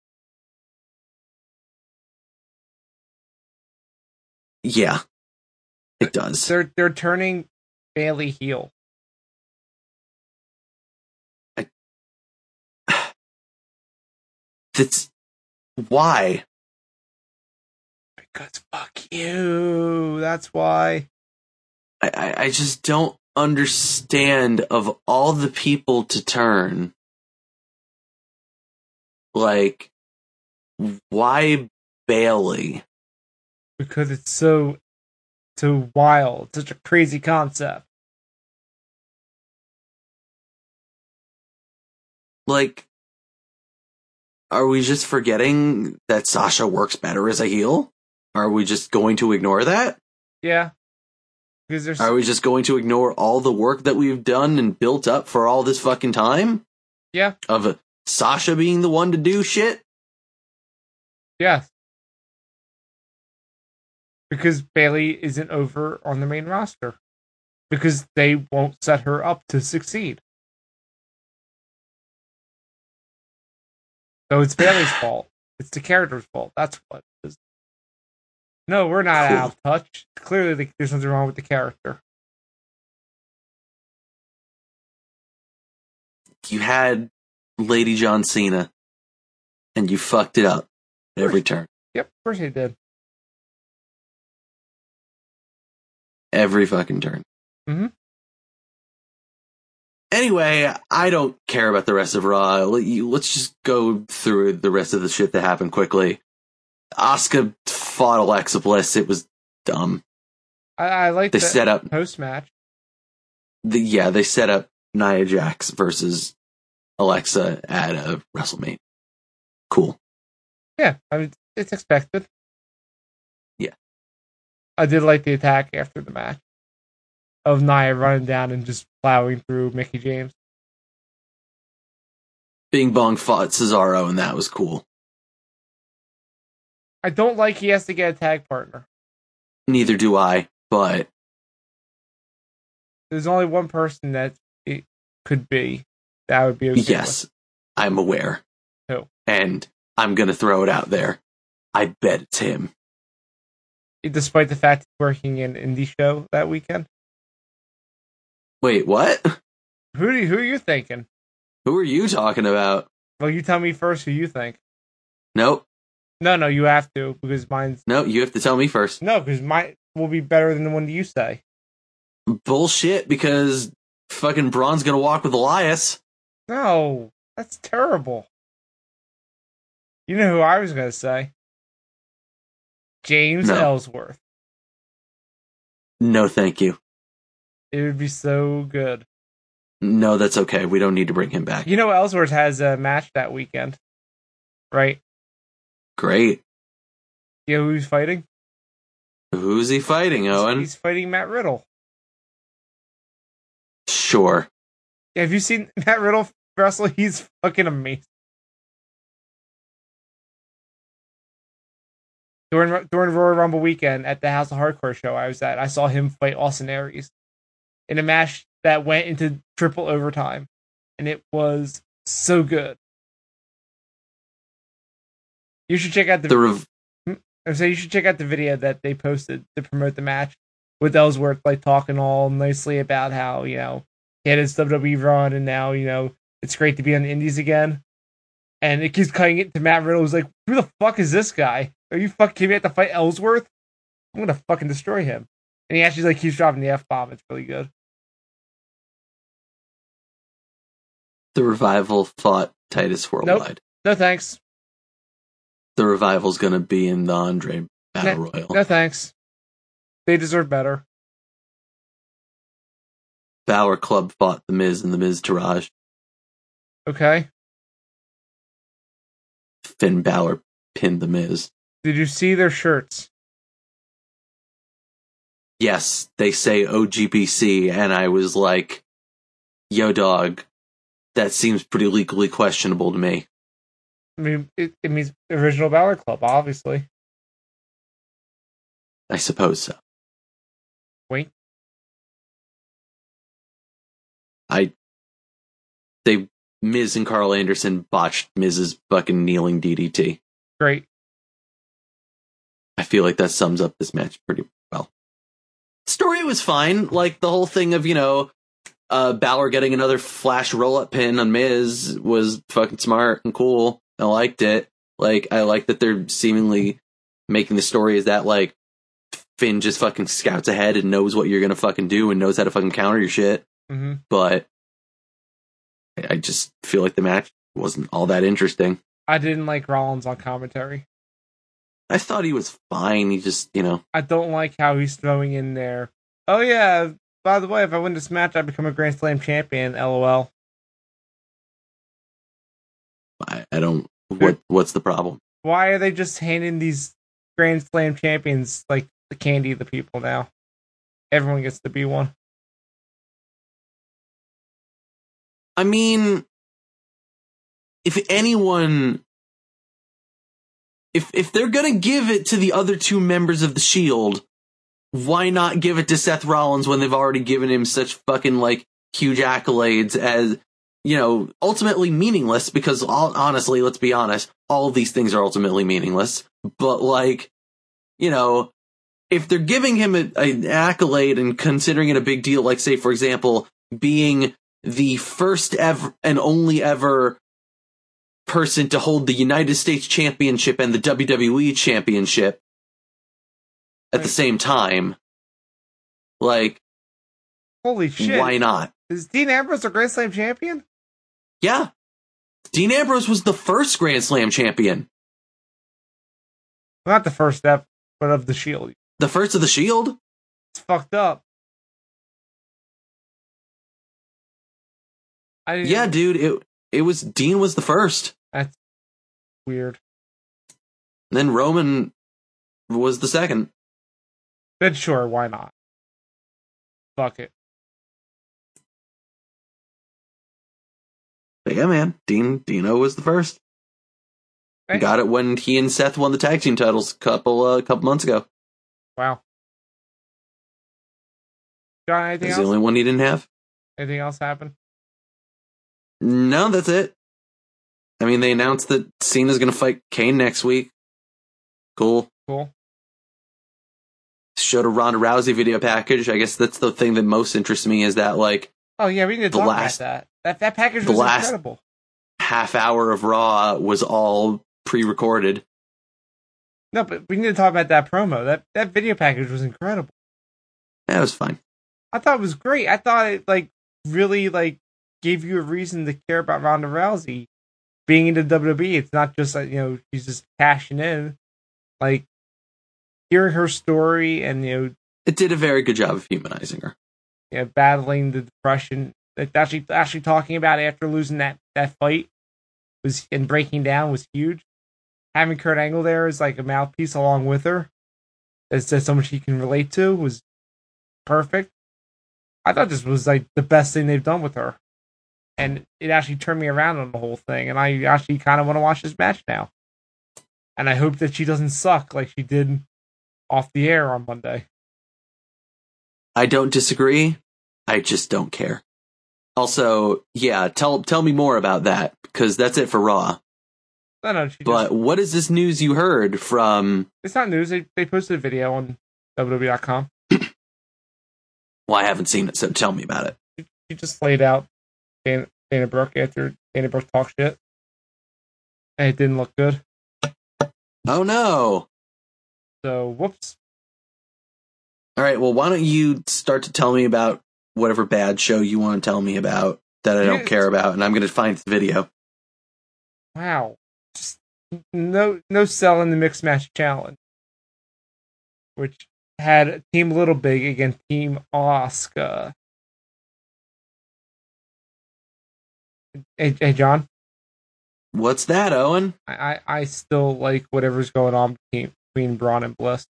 Speaker 2: Yeah, it does.
Speaker 1: They're they're turning Bailey heel.
Speaker 2: That's why.
Speaker 1: Because fuck you. That's why.
Speaker 2: I- I, I just don't understand of all the people to turn like why bailey
Speaker 1: Because it's so so wild. Such a crazy concept.
Speaker 2: like are we just forgetting that sasha works better as a heel are we just going to ignore that
Speaker 1: Yeah. Because there's
Speaker 2: are we just going to ignore all the work that we've done and built up for all this fucking time
Speaker 1: Yeah.
Speaker 2: of sasha being the one to do shit
Speaker 1: yeah. Because Bailey isn't over on the main roster. Because they won't set her up to succeed. So it's Bailey's fault. It's the character's fault. That's what it is. No, we're not
Speaker 2: Cool.
Speaker 1: out of touch. Clearly, the- there's something wrong with the character.
Speaker 2: you had Lady John Cena and you fucked it up at every turn,
Speaker 1: Yep, of course he did.
Speaker 2: every fucking turn.
Speaker 1: Mhm.
Speaker 2: Anyway, I don't care about the rest of Raw. Let you- Let's just go through the rest of the shit that happened quickly. Asuka fought Alexa Bliss. It was dumb.
Speaker 1: I, I like
Speaker 2: They
Speaker 1: the
Speaker 2: set up,
Speaker 1: post match.
Speaker 2: the, yeah, they set up Nia Jax versus Alexa at a WrestleMania. Cool.
Speaker 1: Yeah, I mean it's expected.
Speaker 2: Yeah.
Speaker 1: I did like the attack after the match of Nia running down and just plowing through Mickey James.
Speaker 2: Bing Bong fought Cesaro, and that was cool.
Speaker 1: I don't like he has to get a tag partner.
Speaker 2: Neither do I, but
Speaker 1: There's only one person that it could be that I would be okay.
Speaker 2: yes, I'm aware.
Speaker 1: Who?
Speaker 2: And I'm going to throw it out there. I bet it's him.
Speaker 1: with. despite the fact he's working in indie show that weekend.
Speaker 2: Wait, what?
Speaker 1: Who do you, who are you thinking?
Speaker 2: Who are you talking about?
Speaker 1: Well, you tell me first who you think.
Speaker 2: Nope.
Speaker 1: No, no, you have to because mine's
Speaker 2: No, you have to tell me first.
Speaker 1: no, because mine will be better than the one that you say.
Speaker 2: Bullshit, because fucking Braun's gonna walk with Elias.
Speaker 1: No, that's terrible. You know who I was gonna say? James
Speaker 2: No.
Speaker 1: Ellsworth.
Speaker 2: No, thank you.
Speaker 1: It would be so good.
Speaker 2: No, that's okay. We don't need to bring him back.
Speaker 1: You know Ellsworth has a match that weekend, right?
Speaker 2: Great.
Speaker 1: You know who he's fighting?
Speaker 2: Who's he fighting,
Speaker 1: He's-
Speaker 2: Owen?
Speaker 1: He's fighting Matt Riddle.
Speaker 2: Sure.
Speaker 1: Have you seen Matt Riddle wrestle? He's fucking amazing. During during Royal Rumble weekend at the House of Hardcore show I was at, I saw him fight Austin Aries in a match that went into triple overtime, and it was so good. You should check out the.
Speaker 2: The rev-
Speaker 1: I say you should check out the video that they posted to promote the match with Ellsworth like talking all nicely about how, you know, he had his WWE run and now, you know, it's great to be on the indies again. And it keeps cutting it to Matt Riddle who's like, Who the fuck is this guy? Are you fucking kidding me I have to fight Ellsworth? I'm gonna fucking destroy him. And he actually like keeps dropping the F bomb, it's really good.
Speaker 2: the revival fought Titus Worldwide.
Speaker 1: No thanks.
Speaker 2: The revival's gonna be in the Andre Battle Royal.
Speaker 1: No thanks. They deserve better.
Speaker 2: Power Club fought the Miz and the Miz Taraj.
Speaker 1: Okay.
Speaker 2: Finn Balor pinned the Miz.
Speaker 1: Did you see their shirts?
Speaker 2: Yes, they say OGBC, and I was like, "Yo, dog, that seems pretty legally questionable to me."
Speaker 1: I mean it, it means original Balor Club, obviously.
Speaker 2: I suppose so.
Speaker 1: Wait.
Speaker 2: I. They Miz and Carl Anderson botched Miz's fucking kneeling DDT.
Speaker 1: Great.
Speaker 2: I feel like that sums up this match pretty well. Story was fine, like the whole thing of you know, uh, Balor getting another flash roll up pin on Miz was fucking smart and cool. I liked it. Like I like that they're seemingly making the story is that like Finn just fucking scouts ahead and knows what you're gonna fucking do and knows how to fucking counter your shit.
Speaker 1: hmm
Speaker 2: But I I just feel like the match wasn't all that interesting.
Speaker 1: I didn't like Rollins on commentary.
Speaker 2: I thought he was fine. He just you know
Speaker 1: I don't like how he's throwing in there. Oh yeah, by the way, if I win this match, I become a Grand Slam champion. LOL.
Speaker 2: I, I don't what what's the problem.
Speaker 1: Why are they just handing these Grand Slam champions like the candy of the people now? Everyone gets to be one.
Speaker 2: I mean, if anyone, if if they're gonna give it to the other two members of the Shield, E why not give it to Seth Rollins when they've already given him such fucking like huge accolades as you know ultimately meaningless? Because all, honestly, let's be honest, all of these things are ultimately meaningless. But like, you know. If they're giving him a, an accolade and considering it a big deal, like say for example, being the first ever and only ever person to hold the United States Championship and the WWE Championship at the
Speaker 1: Right.
Speaker 2: same time. Like,
Speaker 1: Holy shit!
Speaker 2: why not?
Speaker 1: Is Dean Ambrose a Grand Slam champion?
Speaker 2: Yeah. Dean Ambrose was the first Grand Slam champion,
Speaker 1: Well, not the first step, but of the Shield.
Speaker 2: the first of the Shield.
Speaker 1: It's fucked up. I didn't
Speaker 2: Yeah, dude, it it was Dean was the first.
Speaker 1: weird.
Speaker 2: Then Roman was the second.
Speaker 1: Then sure, why not? Fuck it.
Speaker 2: But yeah, man, Dean Dino was the first.
Speaker 1: Right.
Speaker 2: Got it when he and Seth won the tag team titles a couple uh, couple months ago.
Speaker 1: Wow. John, anything
Speaker 2: That's
Speaker 1: else?
Speaker 2: the only one he didn't have.
Speaker 1: Anything else happen?
Speaker 2: No, that's it. I mean, they announced that Cena's going to fight Kane next week. Cool.
Speaker 1: Cool.
Speaker 2: Showed a Ronda Rousey video package. I guess that's the thing that most interests me is that like
Speaker 1: Oh yeah, we need to
Speaker 2: The
Speaker 1: talk
Speaker 2: last-
Speaker 1: about that. That that package
Speaker 2: the
Speaker 1: was
Speaker 2: last-
Speaker 1: incredible.
Speaker 2: half hour of Raw was all pre-recorded.
Speaker 1: No, but we need to talk about that promo. That that video package was incredible.
Speaker 2: That was fine.
Speaker 1: I thought it was great. I thought it like really like gave you a reason to care about Ronda Rousey being into WWE. E. It's not just like you know she's just cashing in. Like hearing her story and you know
Speaker 2: It did a very good job of humanizing her.
Speaker 1: you know, battling the depression. Like actually, actually talking about after losing that that fight was and breaking down was huge. Having Kurt Angle there as like a mouthpiece along with her, as said someone she can relate to was perfect. I thought this was like the best thing they've done with her, and it actually turned me around on the whole thing. And I actually kind of want to watch this match now, and I hope that she doesn't suck like she did off the air on Monday.
Speaker 2: I don't disagree. I just don't care. Also, yeah, tell tell me more about that because that's it for Raw.
Speaker 1: No, no, she just
Speaker 2: But what is this news you heard from?
Speaker 1: It's not news. They they posted a video on E WWE.com.
Speaker 2: Well, I haven't seen it, so tell me about it.
Speaker 1: She just laid out Dana, Dana Brooke after Dana Brooke talked shit, and it didn't look good.
Speaker 2: Oh no!
Speaker 1: So whoops.
Speaker 2: All right, well, why don't you start to tell me about whatever bad show you want to tell me about that I don't
Speaker 1: Yeah.
Speaker 2: care about, and I'm going to find the video.
Speaker 1: Wow. Just no no sell in the mixed match challenge, which had Team Little Big against Team Oscar. Hey, hey John,
Speaker 2: What's that, Owen?
Speaker 1: I, I I still like whatever's going on between between Braun and Bliss.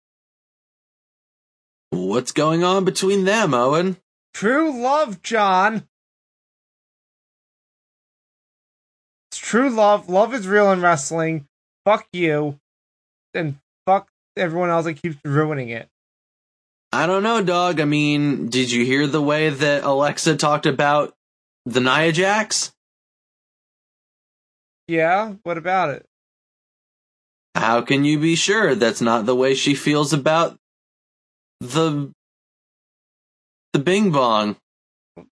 Speaker 2: What's going on between them, Owen?
Speaker 1: True love, John. It's true love. Love is real in wrestling. Fuck you. And fuck everyone else that keeps ruining it.
Speaker 2: I don't know, dog. I mean, did you hear the way that Alexa talked about the Nia Jax?
Speaker 1: Yeah, what about it?
Speaker 2: How can you be sure that's not the way she feels about the the Bing Bong?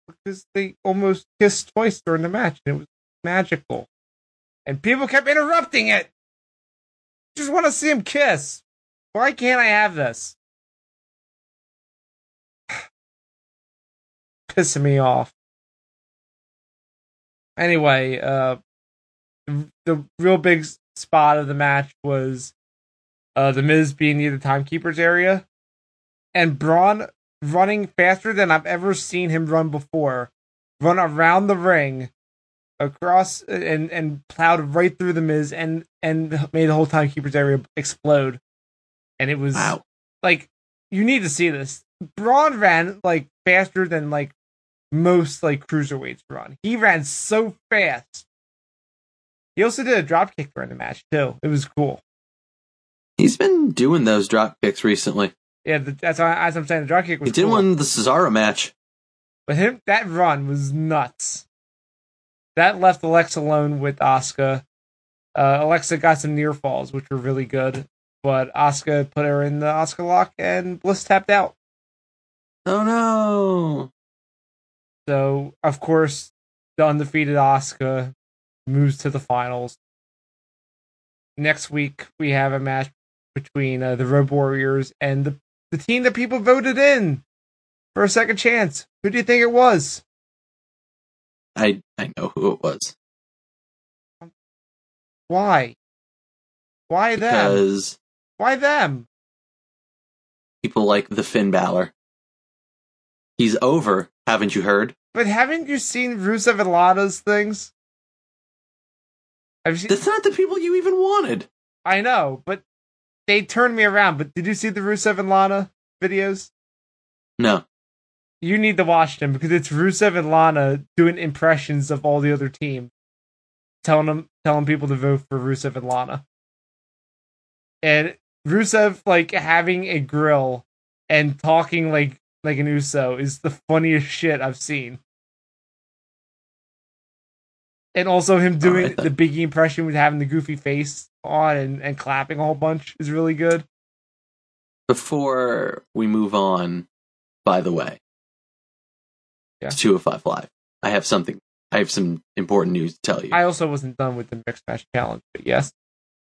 Speaker 1: Because they almost kissed twice during the match and it was magical. And people kept interrupting it. Just want to see him kiss. Why can't I have this? Pissing me off. Anyway, uh, the- the real big spot of the match was uh, the Miz being near the timekeepers area, and Braun running faster than I've ever seen him run before, run around the ring, across and and plowed right through the Miz and and made the whole timekeepers area explode, and it was
Speaker 2: Wow.
Speaker 1: like you need to see this. Braun ran like faster than like most like cruiserweights run. He ran so fast. He also did a dropkick during the match too. It was cool.
Speaker 2: He's been doing those drop picks recently.
Speaker 1: Yeah, the, that's why as I'm saying the dropkick was
Speaker 2: He did
Speaker 1: cool.
Speaker 2: one the Cesaro match.
Speaker 1: But him that run was nuts. That left Alexa alone with Asuka. Uh, Alexa got some near falls, which were really good, but Asuka put her in the Asuka lock and Bliss tapped out.
Speaker 2: Oh no.
Speaker 1: So of course, the undefeated Oscar moves to the finals. Next week we have a match between uh, the Road Warriors and the the team that people voted in for a second chance. Who do you think it was?
Speaker 2: I I know who it was
Speaker 1: Why? Why them?
Speaker 2: because
Speaker 1: Why them?
Speaker 2: people like the Finn Balor. He's over, haven't you heard?
Speaker 1: But haven't you seen Rusev and Lana's things? I've seen,
Speaker 2: That's not the people you even wanted.
Speaker 1: I know, but they turned me around. But did you see the Rusev and Lana videos?
Speaker 2: No.
Speaker 1: you need to watch them because it's Rusev and Lana doing impressions of all the other team, telling them telling people to vote for Rusev and Lana, and Rusev like having a grill and talking like like an Uso is the funniest shit I've seen. And also him doing
Speaker 2: Alright,
Speaker 1: the
Speaker 2: then.
Speaker 1: Biggie impression with having the goofy face on and, and clapping a whole bunch is really good.
Speaker 2: Before we move on, by the way,
Speaker 1: Yeah.
Speaker 2: it's 205 Live. I have something I have some important news to tell you.
Speaker 1: I also wasn't done with the mixed match challenge, but yes.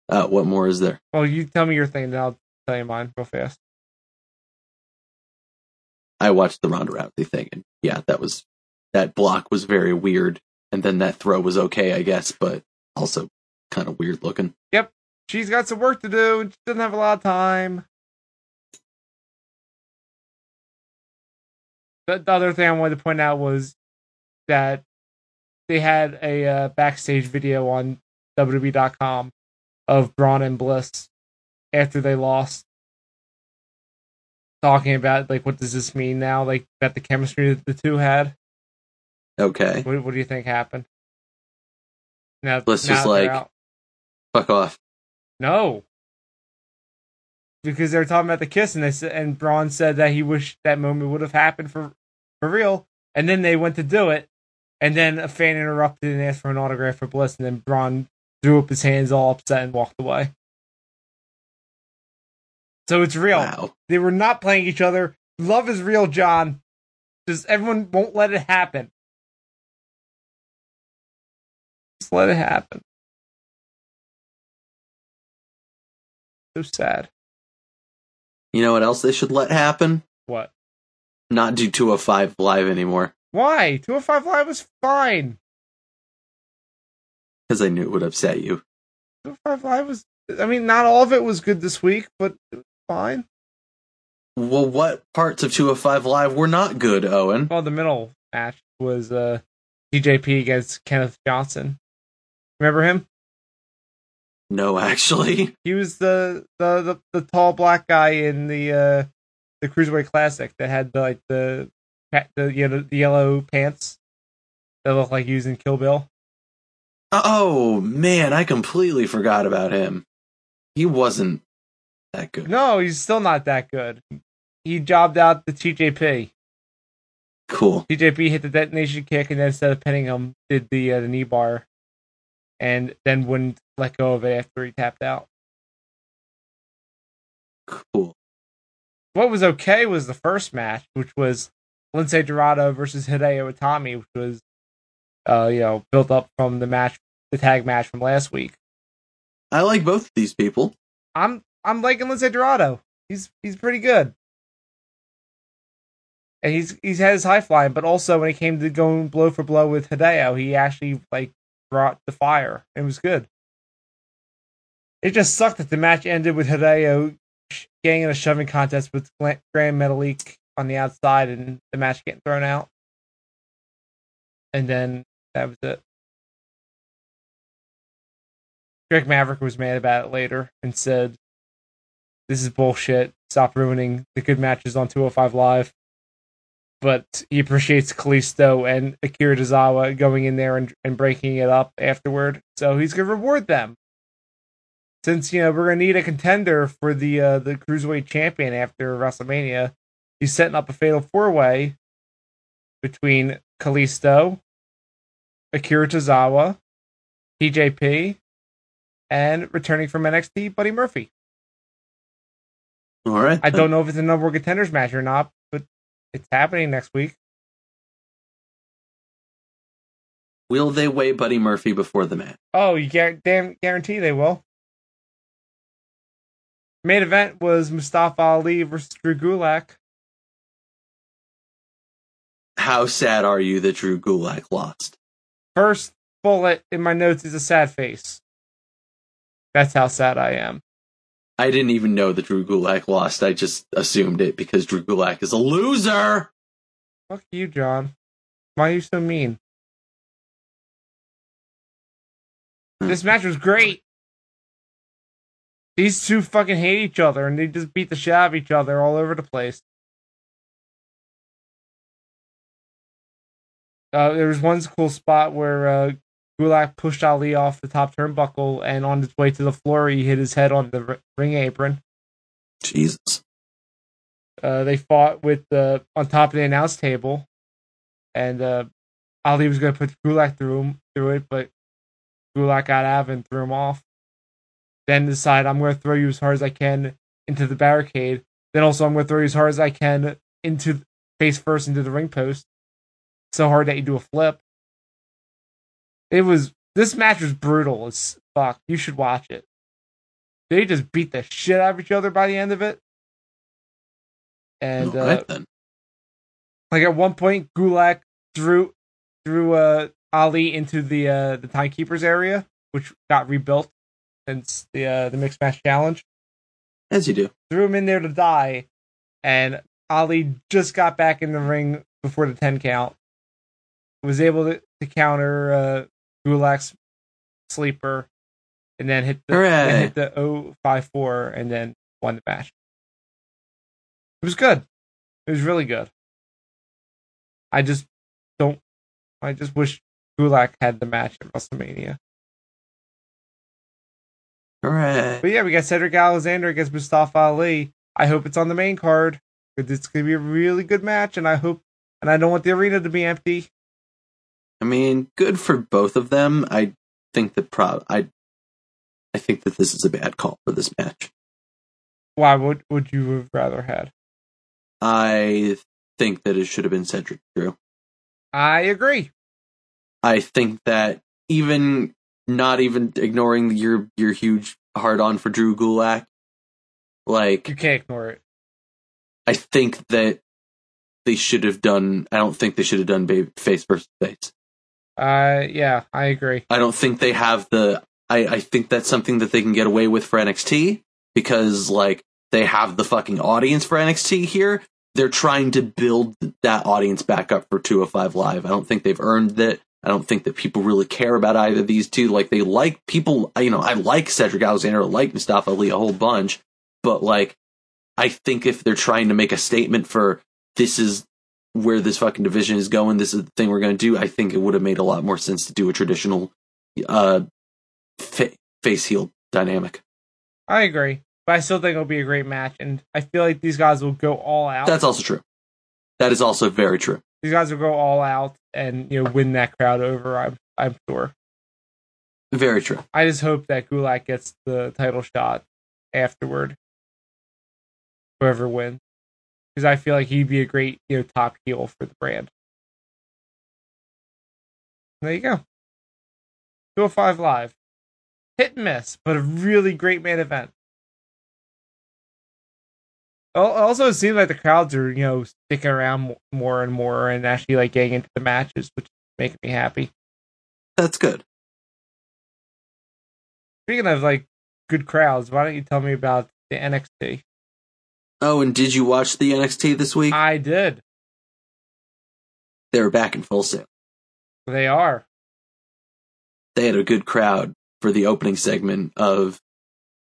Speaker 2: Uh, what more is there?
Speaker 1: Well, Oh, you tell me your thing, then I'll tell you mine real fast.
Speaker 2: I watched the Ronda Rousey thing, and yeah, that was that block was very weird, and then that throw was okay, I guess, but also kind of weird looking.
Speaker 1: She's got some work to do. and She doesn't have a lot of time. The, the other thing I wanted to point out was that they had a uh, backstage video on WWE.com of Braun and Bliss after they lost, talking about like what does this mean now? Like about the chemistry that the two had.
Speaker 2: Okay,
Speaker 1: What, what do you think happened? Now,
Speaker 2: Bliss
Speaker 1: now
Speaker 2: was
Speaker 1: they're
Speaker 2: like,
Speaker 1: out.
Speaker 2: fuck off.
Speaker 1: No. Because they were talking about the kiss, and they said, and Braun said that he wished that moment would have happened for, for real. And then they went to do it, and then a fan interrupted and asked for an autograph for Bliss, and then Braun threw up his hands, all upset, and walked away. So it's real.
Speaker 2: Wow.
Speaker 1: They were not playing each other. Love is real, John. Just everyone won't let it happen. Just let it happen. So sad.
Speaker 2: You know what else they should let happen?
Speaker 1: What?
Speaker 2: Not do 205 live anymore
Speaker 1: Why? 205 Live was fine.
Speaker 2: because I knew it would upset you.
Speaker 1: 205 Live was. I mean, not all of it was good this week, but it was fine.
Speaker 2: Well, what parts of 205 live were not good, Owen?
Speaker 1: Well, Oh, the middle match was uh, TJP against Kenneth Johnson. Remember him?
Speaker 2: No, actually.
Speaker 1: He was the the, the, the tall black guy in the uh, the cruiserweight classic that had the, like the the you know, the yellow pants that looked like he was in Kill Bill.
Speaker 2: Oh man, I completely forgot about him. He wasn't that good.
Speaker 1: No, he's still not that good. He jobbed out the TJP.
Speaker 2: Cool.
Speaker 1: TJP hit the detonation kick, and then instead of pinning him, did the uh, the knee bar, and then wouldn't let go of it after he tapped out.
Speaker 2: Cool.
Speaker 1: what was okay was the first match, which was Lindsay Dorado versus Hideo Itami, which was, uh, you know, built up from the match, the tag match from last week.
Speaker 2: I like both of these people.
Speaker 1: I'm I'm liking Lindsay Dorado. He's he's pretty good, and he's he's had his high flying. But also when it came to going blow for blow with Hideo, he actually like brought the fire. It was good. It just sucked that the match ended with Hideo sh- getting in a shoving contest with Gla- Grand Metalik on the outside, and the match getting thrown out. And then that was it. Drake Maverick was mad about it later and said, "This is bullshit. Stop ruining the good matches on 205 Live." But he appreciates Kalisto and Akira Tozawa going in there and, and breaking it up afterward, so he's gonna reward them. Since you know we're gonna need a contender for the uh, the cruiserweight champion after WrestleMania, he's setting up a fatal four way between Kalisto, Akira Tozawa, TJP, and returning from NXT, Buddy Murphy.
Speaker 2: All right.
Speaker 1: I don't know if it's a number one contenders match or not, but it's happening next week.
Speaker 2: Will they weigh Buddy Murphy before the match?
Speaker 1: Oh, you guar- damn guarantee they will. Main event was Mustafa Ali versus Drew Gulak.
Speaker 2: How sad are you that Drew Gulak lost?
Speaker 1: First bullet in my notes is a sad face. That's how sad I am.
Speaker 2: I didn't even know that Drew Gulak lost. I just assumed it because Drew Gulak is a loser.
Speaker 1: Fuck you, John. Why are you so mean? This match was great. These two fucking hate each other and they just beat the shit out of each other all over the place. Uh, there was one cool spot where uh, Gulak pushed Ali off the top turnbuckle and on his way to the floor, he hit his head on the r- ring apron.
Speaker 2: Jesus.
Speaker 1: Uh, they fought with uh, on top of the announce table, and uh, Ali was going to put Gulak through him through it, but Gulak got out of it and threw him off. Then decided I'm going to throw you as hard as I can into the barricade. Then also I'm going to throw you as hard as I can into face first into the ring post, so hard that you do a flip. It was this match was brutal as fuck. You should watch it. They just beat the shit out of each other by the end of it. And
Speaker 2: All
Speaker 1: uh,
Speaker 2: right, then.
Speaker 1: like at one point, Gulak threw threw uh, Ali into the uh, the timekeepers area, which got rebuilt since the uh, the mixed match challenge.
Speaker 2: As you do.
Speaker 1: Threw him in there to die, and Ali just got back in the ring before the ten count. Was able to, to counter uh, Gulak's sleeper, and then hit the
Speaker 2: Hooray.
Speaker 1: and hit the 054 and then won the match. It was good. It was really good. I just don't. I just wish Gulak had the match at WrestleMania.
Speaker 2: All right.
Speaker 1: But yeah, we got Cedric Alexander against Mustafa Ali. I hope it's on the main card. 'cause It's gonna be a really good match, and I hope. And I don't want the arena to be empty.
Speaker 2: I mean, good for both of them. I think that pro I I think that this is a bad call for this match.
Speaker 1: Why would would you have rather had?
Speaker 2: I think that it should have been Cedric Drew.
Speaker 1: I agree.
Speaker 2: I think that even not even ignoring your your huge hard on for Drew Gulak,
Speaker 1: You
Speaker 2: like
Speaker 1: can't ignore it.
Speaker 2: I think that they should have done. I don't think they should have done baby, face versus face.
Speaker 1: Uh, yeah, I agree.
Speaker 2: I don't think they have the. I, I think that's something that they can get away with for NXT because like they have the fucking audience for NXT here. They're trying to build that audience back up for 205 Live. I don't think they've earned it. I don't think that people really care about either of these two. Like they like people, you know, I like Cedric Alexander, I like Mustafa Ali a whole bunch, but like I think if they're trying to make a statement for this is where this fucking division is going, this is the thing we're going to do, I think it would have made a lot more sense to do a traditional uh fa- face heel dynamic.
Speaker 1: I agree. But I still think it'll be a great match, and I feel like these guys will go all out.
Speaker 2: That's also true. That is also very true.
Speaker 1: these guys will go all out and you know win that crowd over. I'm I'm sure.
Speaker 2: Very true.
Speaker 1: I just hope that Gulak gets the title shot afterward. Whoever wins, because I feel like he'd be a great you know top heel for the brand. There you go. 205 Live. Hit and miss, but a really great main event. Al- Also, it seems like the crowds are, you know, sticking around m- more and more and actually, like, getting into the matches, which is making me happy.
Speaker 2: That's good.
Speaker 1: Speaking of, like, good crowds, why don't you tell me about the NXT?
Speaker 2: Oh, and did you watch the NXT this week?
Speaker 1: I did.
Speaker 2: they were back in full sail.
Speaker 1: They are.
Speaker 2: They had a good crowd for the opening segment of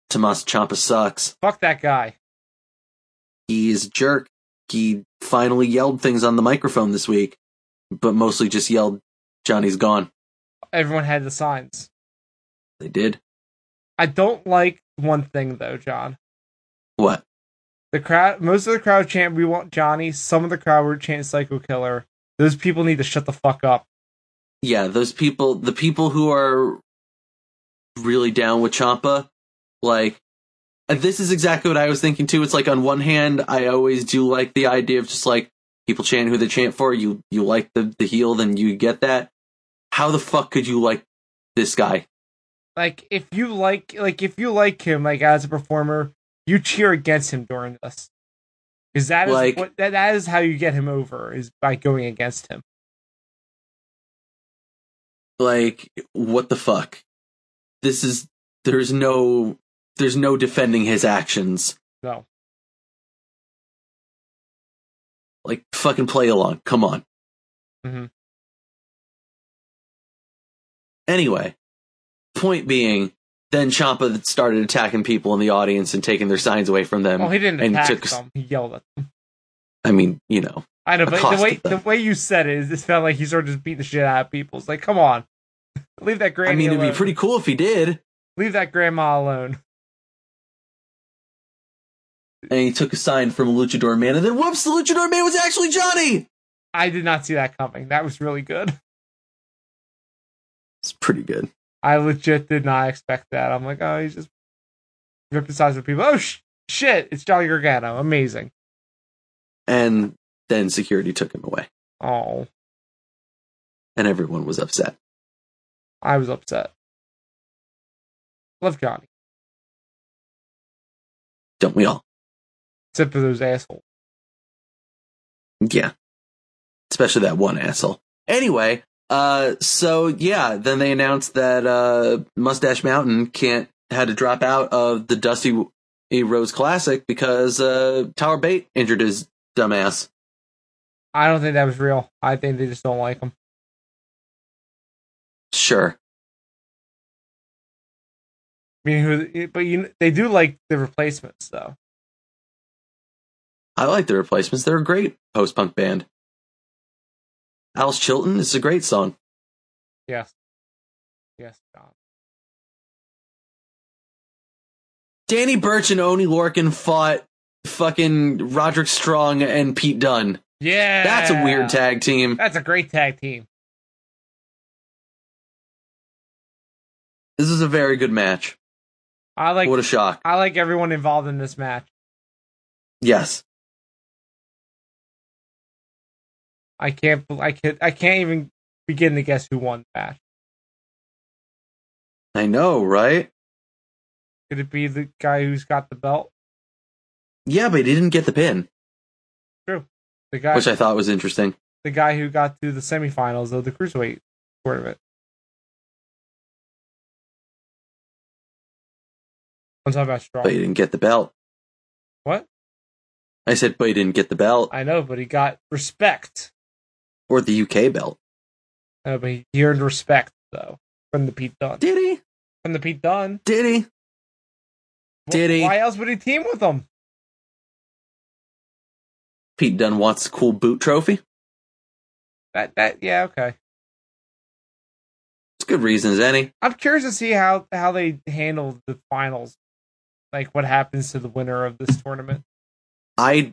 Speaker 2: Tomas Champa sucks.
Speaker 1: Fuck that guy.
Speaker 2: He is a jerk. He finally yelled things on the microphone this week, but mostly just yelled Johnny's gone.
Speaker 1: Everyone had the signs.
Speaker 2: They did.
Speaker 1: I don't like one thing, though, John.
Speaker 2: What?
Speaker 1: The crowd, most of the crowd chant "We want Johnny." Some of the crowd were chanting "Psycho Killer." Those people need to shut the fuck up.
Speaker 2: yeah, those people, the people who are really down with Champa, like this is exactly what I was thinking too. It's like on one hand, I always do like the idea of just like people chant who they chant for. You you like the the heel, then you get that. How the fuck could you like this guy?
Speaker 1: Like if you like, like if you like him, like as a performer, you cheer against him during this, because that is
Speaker 2: Like-
Speaker 1: what that, that is how you get him over is by going against him.
Speaker 2: Like what the fuck? This is there's no there's no defending his actions.
Speaker 1: So
Speaker 2: Like fucking play along. Come on.
Speaker 1: Mhm.
Speaker 2: Anyway, point being, then Champa started attacking people in the audience and taking their signs away from them.
Speaker 1: well, Oh, he didn't
Speaker 2: and
Speaker 1: attack
Speaker 2: took-
Speaker 1: them; he yelled at. Them.
Speaker 2: I mean, you know,
Speaker 1: I know, but the
Speaker 2: Accosted
Speaker 1: way
Speaker 2: them.
Speaker 1: the way you said it is, it sounded like he started just beating the shit out of people. It's like, come on, leave that granny.
Speaker 2: I mean, it'd
Speaker 1: alone.
Speaker 2: be pretty cool if he did.
Speaker 1: Leave that grandma alone.
Speaker 2: And he took a sign from a Luchador Man, and then whoops, the Luchador Man was actually Johnny.
Speaker 1: I did not see that coming. That was really good.
Speaker 2: It's pretty good.
Speaker 1: I legit did not expect that. I'm like, oh, he's just hypnotizing people. Oh sh- shit, it's Johnny Gargano. Amazing.
Speaker 2: And then security took him away,
Speaker 1: Oh,
Speaker 2: and everyone was upset.
Speaker 1: I was upset. Love Johnny.
Speaker 2: Don't we all?
Speaker 1: Except for those assholes.
Speaker 2: Yeah. Especially that one asshole. Anyway, uh, so yeah, then they announced that, uh, Mustache Mountain can't, had to drop out of the Dusty E. Rose Classic because, uh, Tower Bait injured his dumbass.
Speaker 1: I don't think that was real. I think they just don't like him.
Speaker 2: Sure.
Speaker 1: I mean, who? But you, they do like the replacements though.
Speaker 2: I like the replacements. They're a great post punk band. Alice Chilton is a great song.
Speaker 1: Yes. Yes, John.
Speaker 2: Danny Burch and Oni Lorcan fought fucking Roderick Strong and Pete Dunne.
Speaker 1: Yeah.
Speaker 2: That's a weird tag team.
Speaker 1: That's a great tag team.
Speaker 2: This is a very good match.
Speaker 1: I like
Speaker 2: what a shock.
Speaker 1: I like everyone involved in this match.
Speaker 2: Yes.
Speaker 1: I can't I can't I can't even begin to guess who won the match.
Speaker 2: I know, right?
Speaker 1: Could it be the guy who's got the belt?
Speaker 2: Yeah, but he didn't get the pin,
Speaker 1: The guy
Speaker 2: which I thought was interesting.
Speaker 1: the guy who got to the semifinals of the cruiserweight tournament. I'm talking about Strong.
Speaker 2: But he didn't get the belt.
Speaker 1: What?
Speaker 2: I said, but he didn't get the belt
Speaker 1: I know, but he got respect.
Speaker 2: or the UK belt.
Speaker 1: Uh, but he earned respect though from the Pete Dunne.
Speaker 2: Did he?
Speaker 1: From the Pete Dunne.
Speaker 2: Did he?
Speaker 1: Wh-
Speaker 2: Did he?
Speaker 1: Why else would he team with him?
Speaker 2: Pete Dunne wants the cool boot trophy.
Speaker 1: That that yeah okay.
Speaker 2: It's good reason as any.
Speaker 1: I'm curious to see how how they handle the finals, like what happens to the winner of this tournament.
Speaker 2: I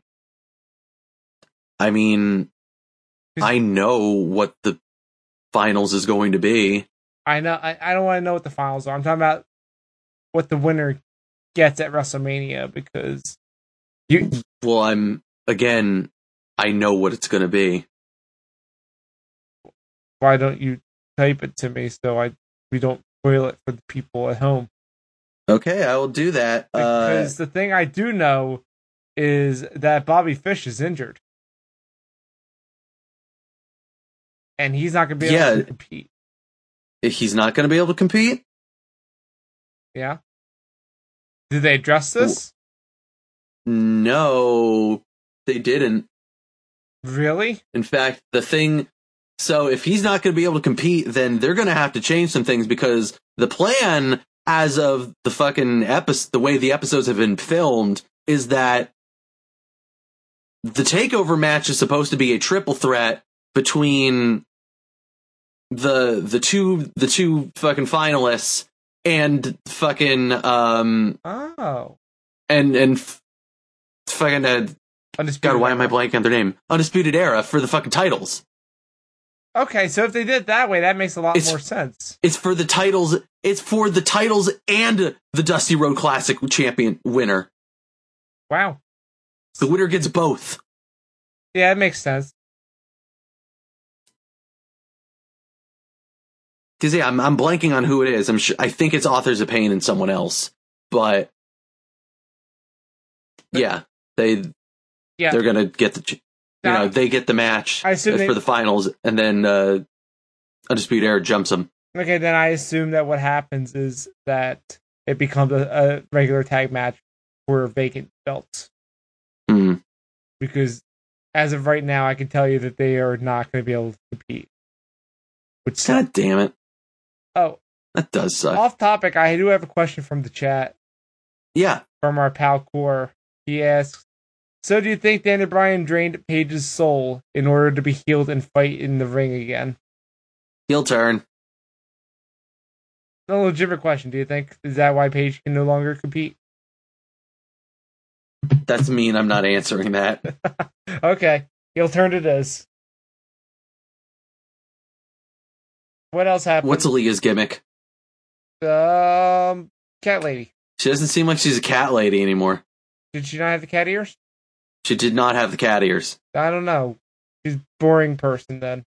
Speaker 2: I mean I know what the finals is going to be.
Speaker 1: I know I, I don't want to know what the finals are. I'm talking about what the winner gets at WrestleMania because you
Speaker 2: Well, I'm again, I know what it's going to be.
Speaker 1: why don't you type it to me so I we don't spoil it for the people at home.
Speaker 2: Okay, I will do that. Uh,
Speaker 1: Because the thing I do know is that Bobby Fish is injured. And he's not gonna be able
Speaker 2: Yeah.
Speaker 1: to compete.
Speaker 2: he's not going to be able to compete.
Speaker 1: Yeah. Did they address this?
Speaker 2: No, they didn't.
Speaker 1: Really?
Speaker 2: In fact, the thing. So if he's not going to be able to compete, then they're going to have to change some things because the plan, as of the fucking episode, the way the episodes have been filmed, is that the takeover match is supposed to be a triple threat between the the two the two fucking finalists and fucking um
Speaker 1: Oh.
Speaker 2: and and f- fucking uh,
Speaker 1: Undisputed
Speaker 2: God, why am I
Speaker 1: Era.
Speaker 2: blanking on their name? Undisputed Era for the fucking titles.
Speaker 1: Okay, so if they did it that way, that makes a lot
Speaker 2: It's-
Speaker 1: more sense.
Speaker 2: It's for the titles. It's for the titles and the Dusty Road Classic champion winner.
Speaker 1: Wow.
Speaker 2: The winner gets both.
Speaker 1: Yeah, it makes sense.
Speaker 2: Because yeah, I'm, I'm blanking on who it is. I'm sure, I think it's Authors of Pain and someone else, but yeah, they
Speaker 1: Yeah.
Speaker 2: they're gonna get the ch- you
Speaker 1: Now,
Speaker 2: know they get the match
Speaker 1: I assume they-
Speaker 2: for the finals, and then uh, Undisputed Era jumps them.
Speaker 1: Okay, then I assume that what happens is that it becomes a, a regular tag match for vacant belts.
Speaker 2: Mm.
Speaker 1: Because as of right now, I can tell you that they are not going to be able to compete. Which sucks.
Speaker 2: God damn it,
Speaker 1: Oh,
Speaker 2: that does suck.
Speaker 1: off topic, I do have a question from the chat.
Speaker 2: yeah,
Speaker 1: from our pal Core. He asks, "So do you think Danny Bryan drained Paige's soul in order to be healed and fight in the ring again?"
Speaker 2: heel turn.
Speaker 1: No legitimate question. Do you think is that why Paige can no longer compete?
Speaker 2: That's mean. I'm not answering that.
Speaker 1: Okay, he'll turn it as. What else happened?
Speaker 2: What's Aaliyah's gimmick?
Speaker 1: um cat lady?
Speaker 2: She doesn't seem like she's a cat lady anymore.
Speaker 1: Did she not have the cat ears?
Speaker 2: She did not have the cat ears.
Speaker 1: I don't know. She's a boring person then.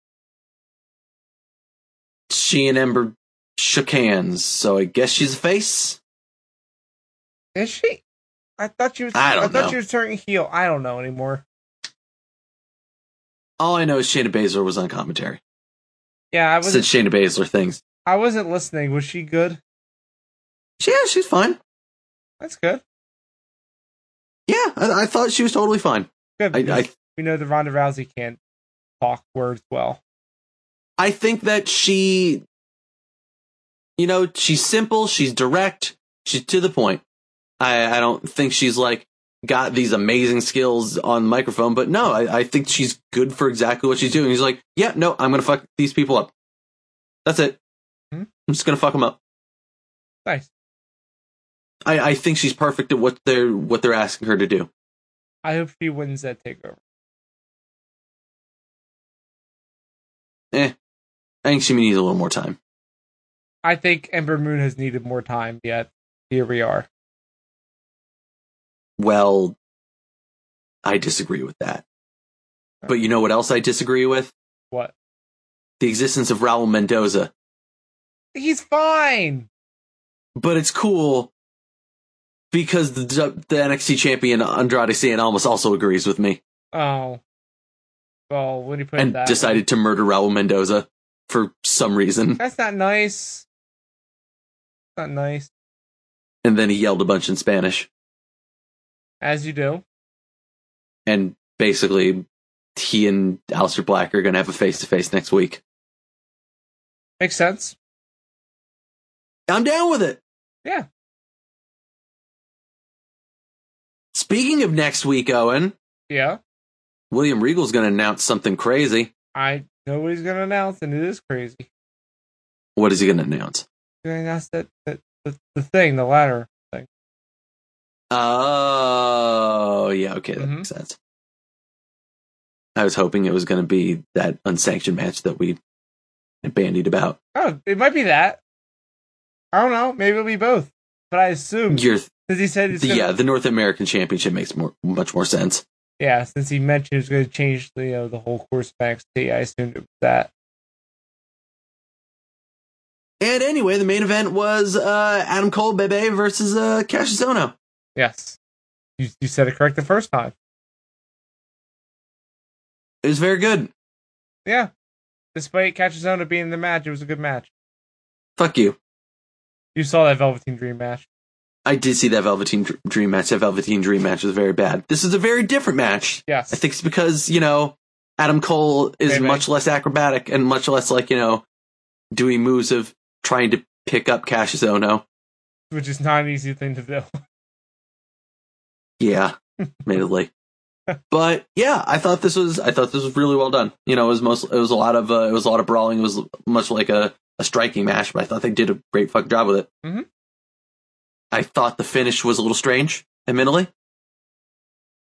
Speaker 2: She and Ember shook hands, so I guess she's a face.
Speaker 1: Is she? I thought she was.
Speaker 2: I don't
Speaker 1: thought
Speaker 2: know.
Speaker 1: she was turning heel. I don't know anymore.
Speaker 2: All I know is Shayna Baszler was on commentary.
Speaker 1: Yeah, I was.
Speaker 2: Said Shayna Baszler things.
Speaker 1: I wasn't listening. Was she good?
Speaker 2: Yeah, she's fine.
Speaker 1: That's good.
Speaker 2: Yeah, I, I thought she was totally fine.
Speaker 1: Good.
Speaker 2: I,
Speaker 1: because
Speaker 2: I
Speaker 1: we know that Ronda Rousey can't talk words well.
Speaker 2: I think that she, you know, she's simple, she's direct, she's to the point. I, I don't think she's like got these amazing skills on the microphone, but no, I, I think she's good for exactly what she's doing. She's like, yeah, no, I'm gonna fuck these people up. That's it.
Speaker 1: Hmm.
Speaker 2: I'm just gonna fuck them up.
Speaker 1: Nice.
Speaker 2: I, I think she's perfect at what they're what they're asking her to do.
Speaker 1: I hope she wins that takeover.
Speaker 2: I think she needs a little more time.
Speaker 1: I think Ember Moon has needed more time yet. Here we are.
Speaker 2: Well, I disagree with that. But you know what else I disagree with?
Speaker 1: What?
Speaker 2: The existence of Raul Mendoza.
Speaker 1: He's fine.
Speaker 2: but it's cool because the the NXT champion Andrade Cien Almas also agrees with me
Speaker 1: Oh. Well, when you put it
Speaker 2: and
Speaker 1: that
Speaker 2: decided to murder Raul Mendoza for some reason.
Speaker 1: that's not nice. Not nice.
Speaker 2: And then he yelled a bunch in Spanish
Speaker 1: As you do.
Speaker 2: and basically he and Alistair Black are going to have a face to face next week.
Speaker 1: Makes sense.
Speaker 2: I'm down with it.
Speaker 1: Yeah.
Speaker 2: Speaking of next week, Owen,
Speaker 1: Yeah.
Speaker 2: William Regal's going to announce something crazy.
Speaker 1: I know what he's gonna announce, and it is crazy. He's
Speaker 2: What is he going to announce?
Speaker 1: gonna announce that, that the, the thing, the ladder.
Speaker 2: Oh, yeah, okay, that
Speaker 1: Mhm.
Speaker 2: makes sense. I was hoping it was going to be that unsanctioned match that we bandied about.
Speaker 1: Oh, it might be that. I don't know. Maybe it'll be both. But I assume
Speaker 2: Your,
Speaker 1: since he said he's
Speaker 2: the, uh,
Speaker 1: gonna,
Speaker 2: yeah, the North American Championship makes more much more sense.
Speaker 1: yeah, since he mentioned he was gonna change the you know, the whole course of NXT, I assumed it was that.
Speaker 2: And anyway, the main event was uh, Adam Cole Bebe versus uh, Cassius Ohno.
Speaker 1: Yes. You you said it correct the first time.
Speaker 2: It was very good.
Speaker 1: Yeah. Despite Catchazona being in the match, it was a good match.
Speaker 2: Fuck you.
Speaker 1: You saw that Velveteen Dream match.
Speaker 2: I did see that Velveteen Dr- Dream match. That Velveteen Dream match was very bad. This is a very different match.
Speaker 1: Yes.
Speaker 2: I think it's because, you know, Adam Cole is
Speaker 1: Maybe.
Speaker 2: much less acrobatic and much less like, you know, doing moves of trying to pick up Cassius Ohno.
Speaker 1: which is not an easy thing to do.
Speaker 2: Yeah, admittedly. But yeah, I thought this was I thought this was really well done. You know, it was most it was a lot of uh, it was a lot of brawling. It was much like a, a striking match, but I thought they did a great fucking job with it.
Speaker 1: Mhm.
Speaker 2: I thought the finish was a little strange, admittedly.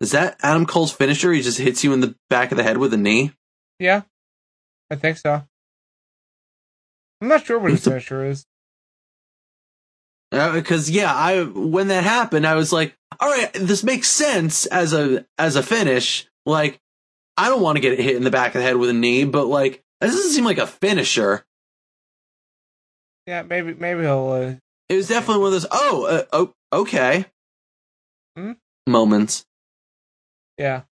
Speaker 2: Is that Adam Cole's finisher? He just hits you in the back of the head with a knee.
Speaker 1: yeah. I think so. I'm not sure what his
Speaker 2: It's a-
Speaker 1: finisher is.
Speaker 2: because Uh, yeah i when that happened i was like all right this makes sense as a as a finish like i don't want to get hit in the back of the head with a knee but like this doesn't seem like a finisher
Speaker 1: Yeah, maybe maybe he'll uh,
Speaker 2: it was definitely one of those oh uh, oh okay
Speaker 1: Hmm?
Speaker 2: moments
Speaker 1: yeah.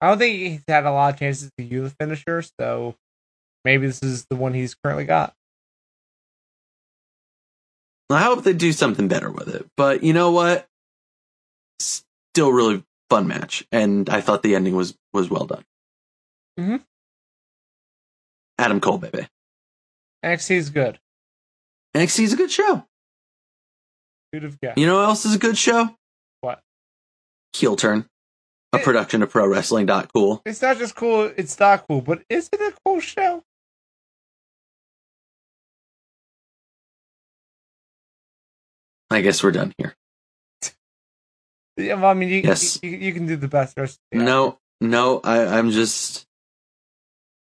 Speaker 1: I don't think he's had a lot of chances to use the finisher, so maybe this is the one he's currently got.
Speaker 2: i hope they do something better with it but you know what still really fun match and i thought the ending was was well done
Speaker 1: Mhm.
Speaker 2: adam cole baby
Speaker 1: NXT is good.
Speaker 2: NXT is a good show
Speaker 1: Dude of guessed.
Speaker 2: You know what else is a good show?
Speaker 1: What?
Speaker 2: Heel Turn, a
Speaker 1: It-
Speaker 2: production of Pro Wrestling. Cool.
Speaker 1: It's not just cool, it's not cool, but is it a cool show?
Speaker 2: I guess we're done here.
Speaker 1: Yeah, well, I mean, you,
Speaker 2: Yes.
Speaker 1: you, you can do the best. Rest of the
Speaker 2: No, no, I, I'm just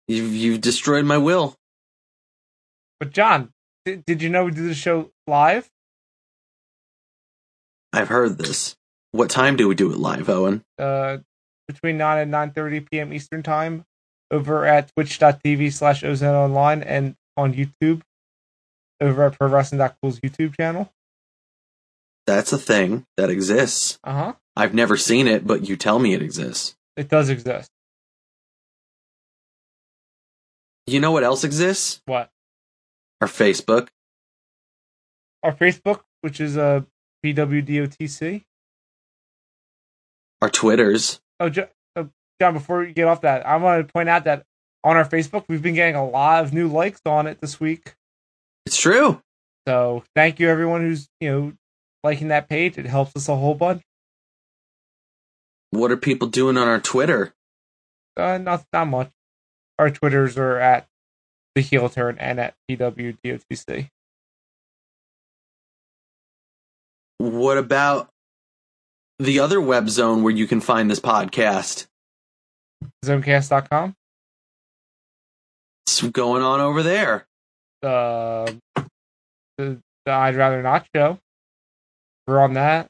Speaker 2: you've you've destroyed my will.
Speaker 1: But John, did, did you know we do the show live?
Speaker 2: I've heard this. What time do we do it live, Owen?
Speaker 1: Uh, between nine and nine thirty p.m. Eastern time, over at twitch.tv slash ozone online and on YouTube over at ProWrestling.cool's YouTube channel.
Speaker 2: That's a thing that exists.
Speaker 1: Uh huh.
Speaker 2: I've never seen it, but you tell me it exists.
Speaker 1: It does exist.
Speaker 2: You know what else exists?
Speaker 1: What?
Speaker 2: Our Facebook.
Speaker 1: Our uh, Facebook, which is uh, PWDOTC.
Speaker 2: Our Twitters.
Speaker 1: Oh, Jo- uh, John, before we get off that, I want to point out that on our Facebook, we've been getting a lot of new likes on it this week.
Speaker 2: It's true.
Speaker 1: So thank you, everyone who's, you know, liking that page. It helps us a whole bunch.
Speaker 2: What are people doing on our Twitter?
Speaker 1: Uh, not, not much. Our Twitters are at the heel turn and at PWDOTC.
Speaker 2: What about the other web zone where you can find this podcast?
Speaker 1: Zonecast.com.
Speaker 2: It's going on over there.
Speaker 1: Uh, the, the I'd Rather Not show. We're on that.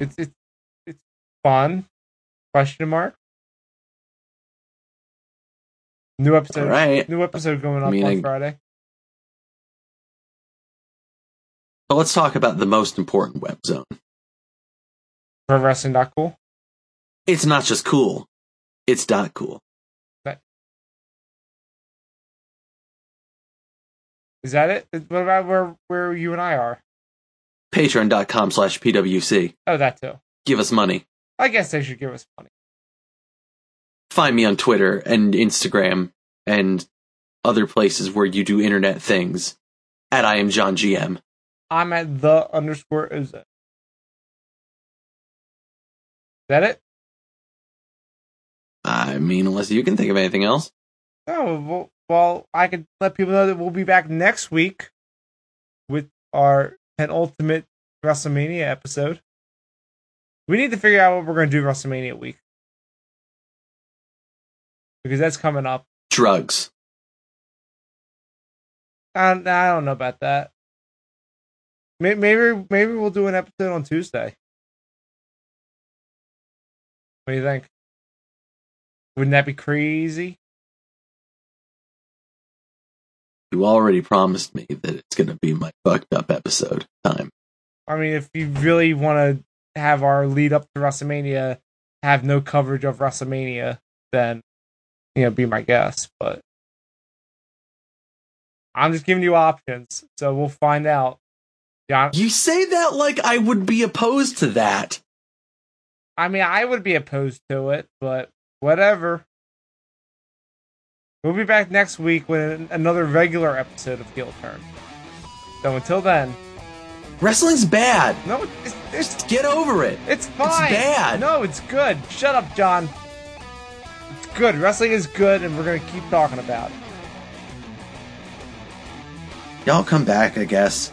Speaker 1: It's, it's, it's fun. Question mark. New
Speaker 2: All
Speaker 1: episode.
Speaker 2: right.
Speaker 1: New episode going up
Speaker 2: Meaning-
Speaker 1: on Friday.
Speaker 2: But let's talk about the most important web zone.
Speaker 1: Pro Wrestling Not Cool.
Speaker 2: It's not just cool. It's not cool.
Speaker 1: Is that it? What about where where you and I are?
Speaker 2: Patreon.com slash PWC.
Speaker 1: Oh, that too.
Speaker 2: Give us money.
Speaker 1: I guess they should give us money.
Speaker 2: Find me on Twitter and Instagram and other places where you do internet things at I am John GM.
Speaker 1: I'm at the underscore ozone. Is that it?
Speaker 2: I mean, unless you can think of anything else.
Speaker 1: Oh well, well, I can let people know that we'll be back next week with our penultimate WrestleMania episode. We need to figure out what we're going to do WrestleMania week because that's coming up.
Speaker 2: Drugs.
Speaker 1: I, I don't know about that. May- Maybe maybe we'll do an episode on Tuesday. What do you think? Wouldn't that be crazy?
Speaker 2: You already promised me that it's going to be my fucked up episode time.
Speaker 1: I mean, if you really want to have our lead up to WrestleMania have no coverage of WrestleMania, then you know, be my guest. But I'm just giving you options, so we'll find out. John,
Speaker 2: You say that like I would be opposed to that.
Speaker 1: I mean, I would be opposed to it, but whatever. We'll be back next week with another regular episode of Heel Turn. So until then,
Speaker 2: Wrestling's bad.
Speaker 1: no, it's, it's,
Speaker 2: Get over it.
Speaker 1: it's fine.
Speaker 2: bad.
Speaker 1: No, it's good. Shut up, John. It's good. Wrestling is good, and we're going to keep talking about it.
Speaker 2: Y'all come back, I guess.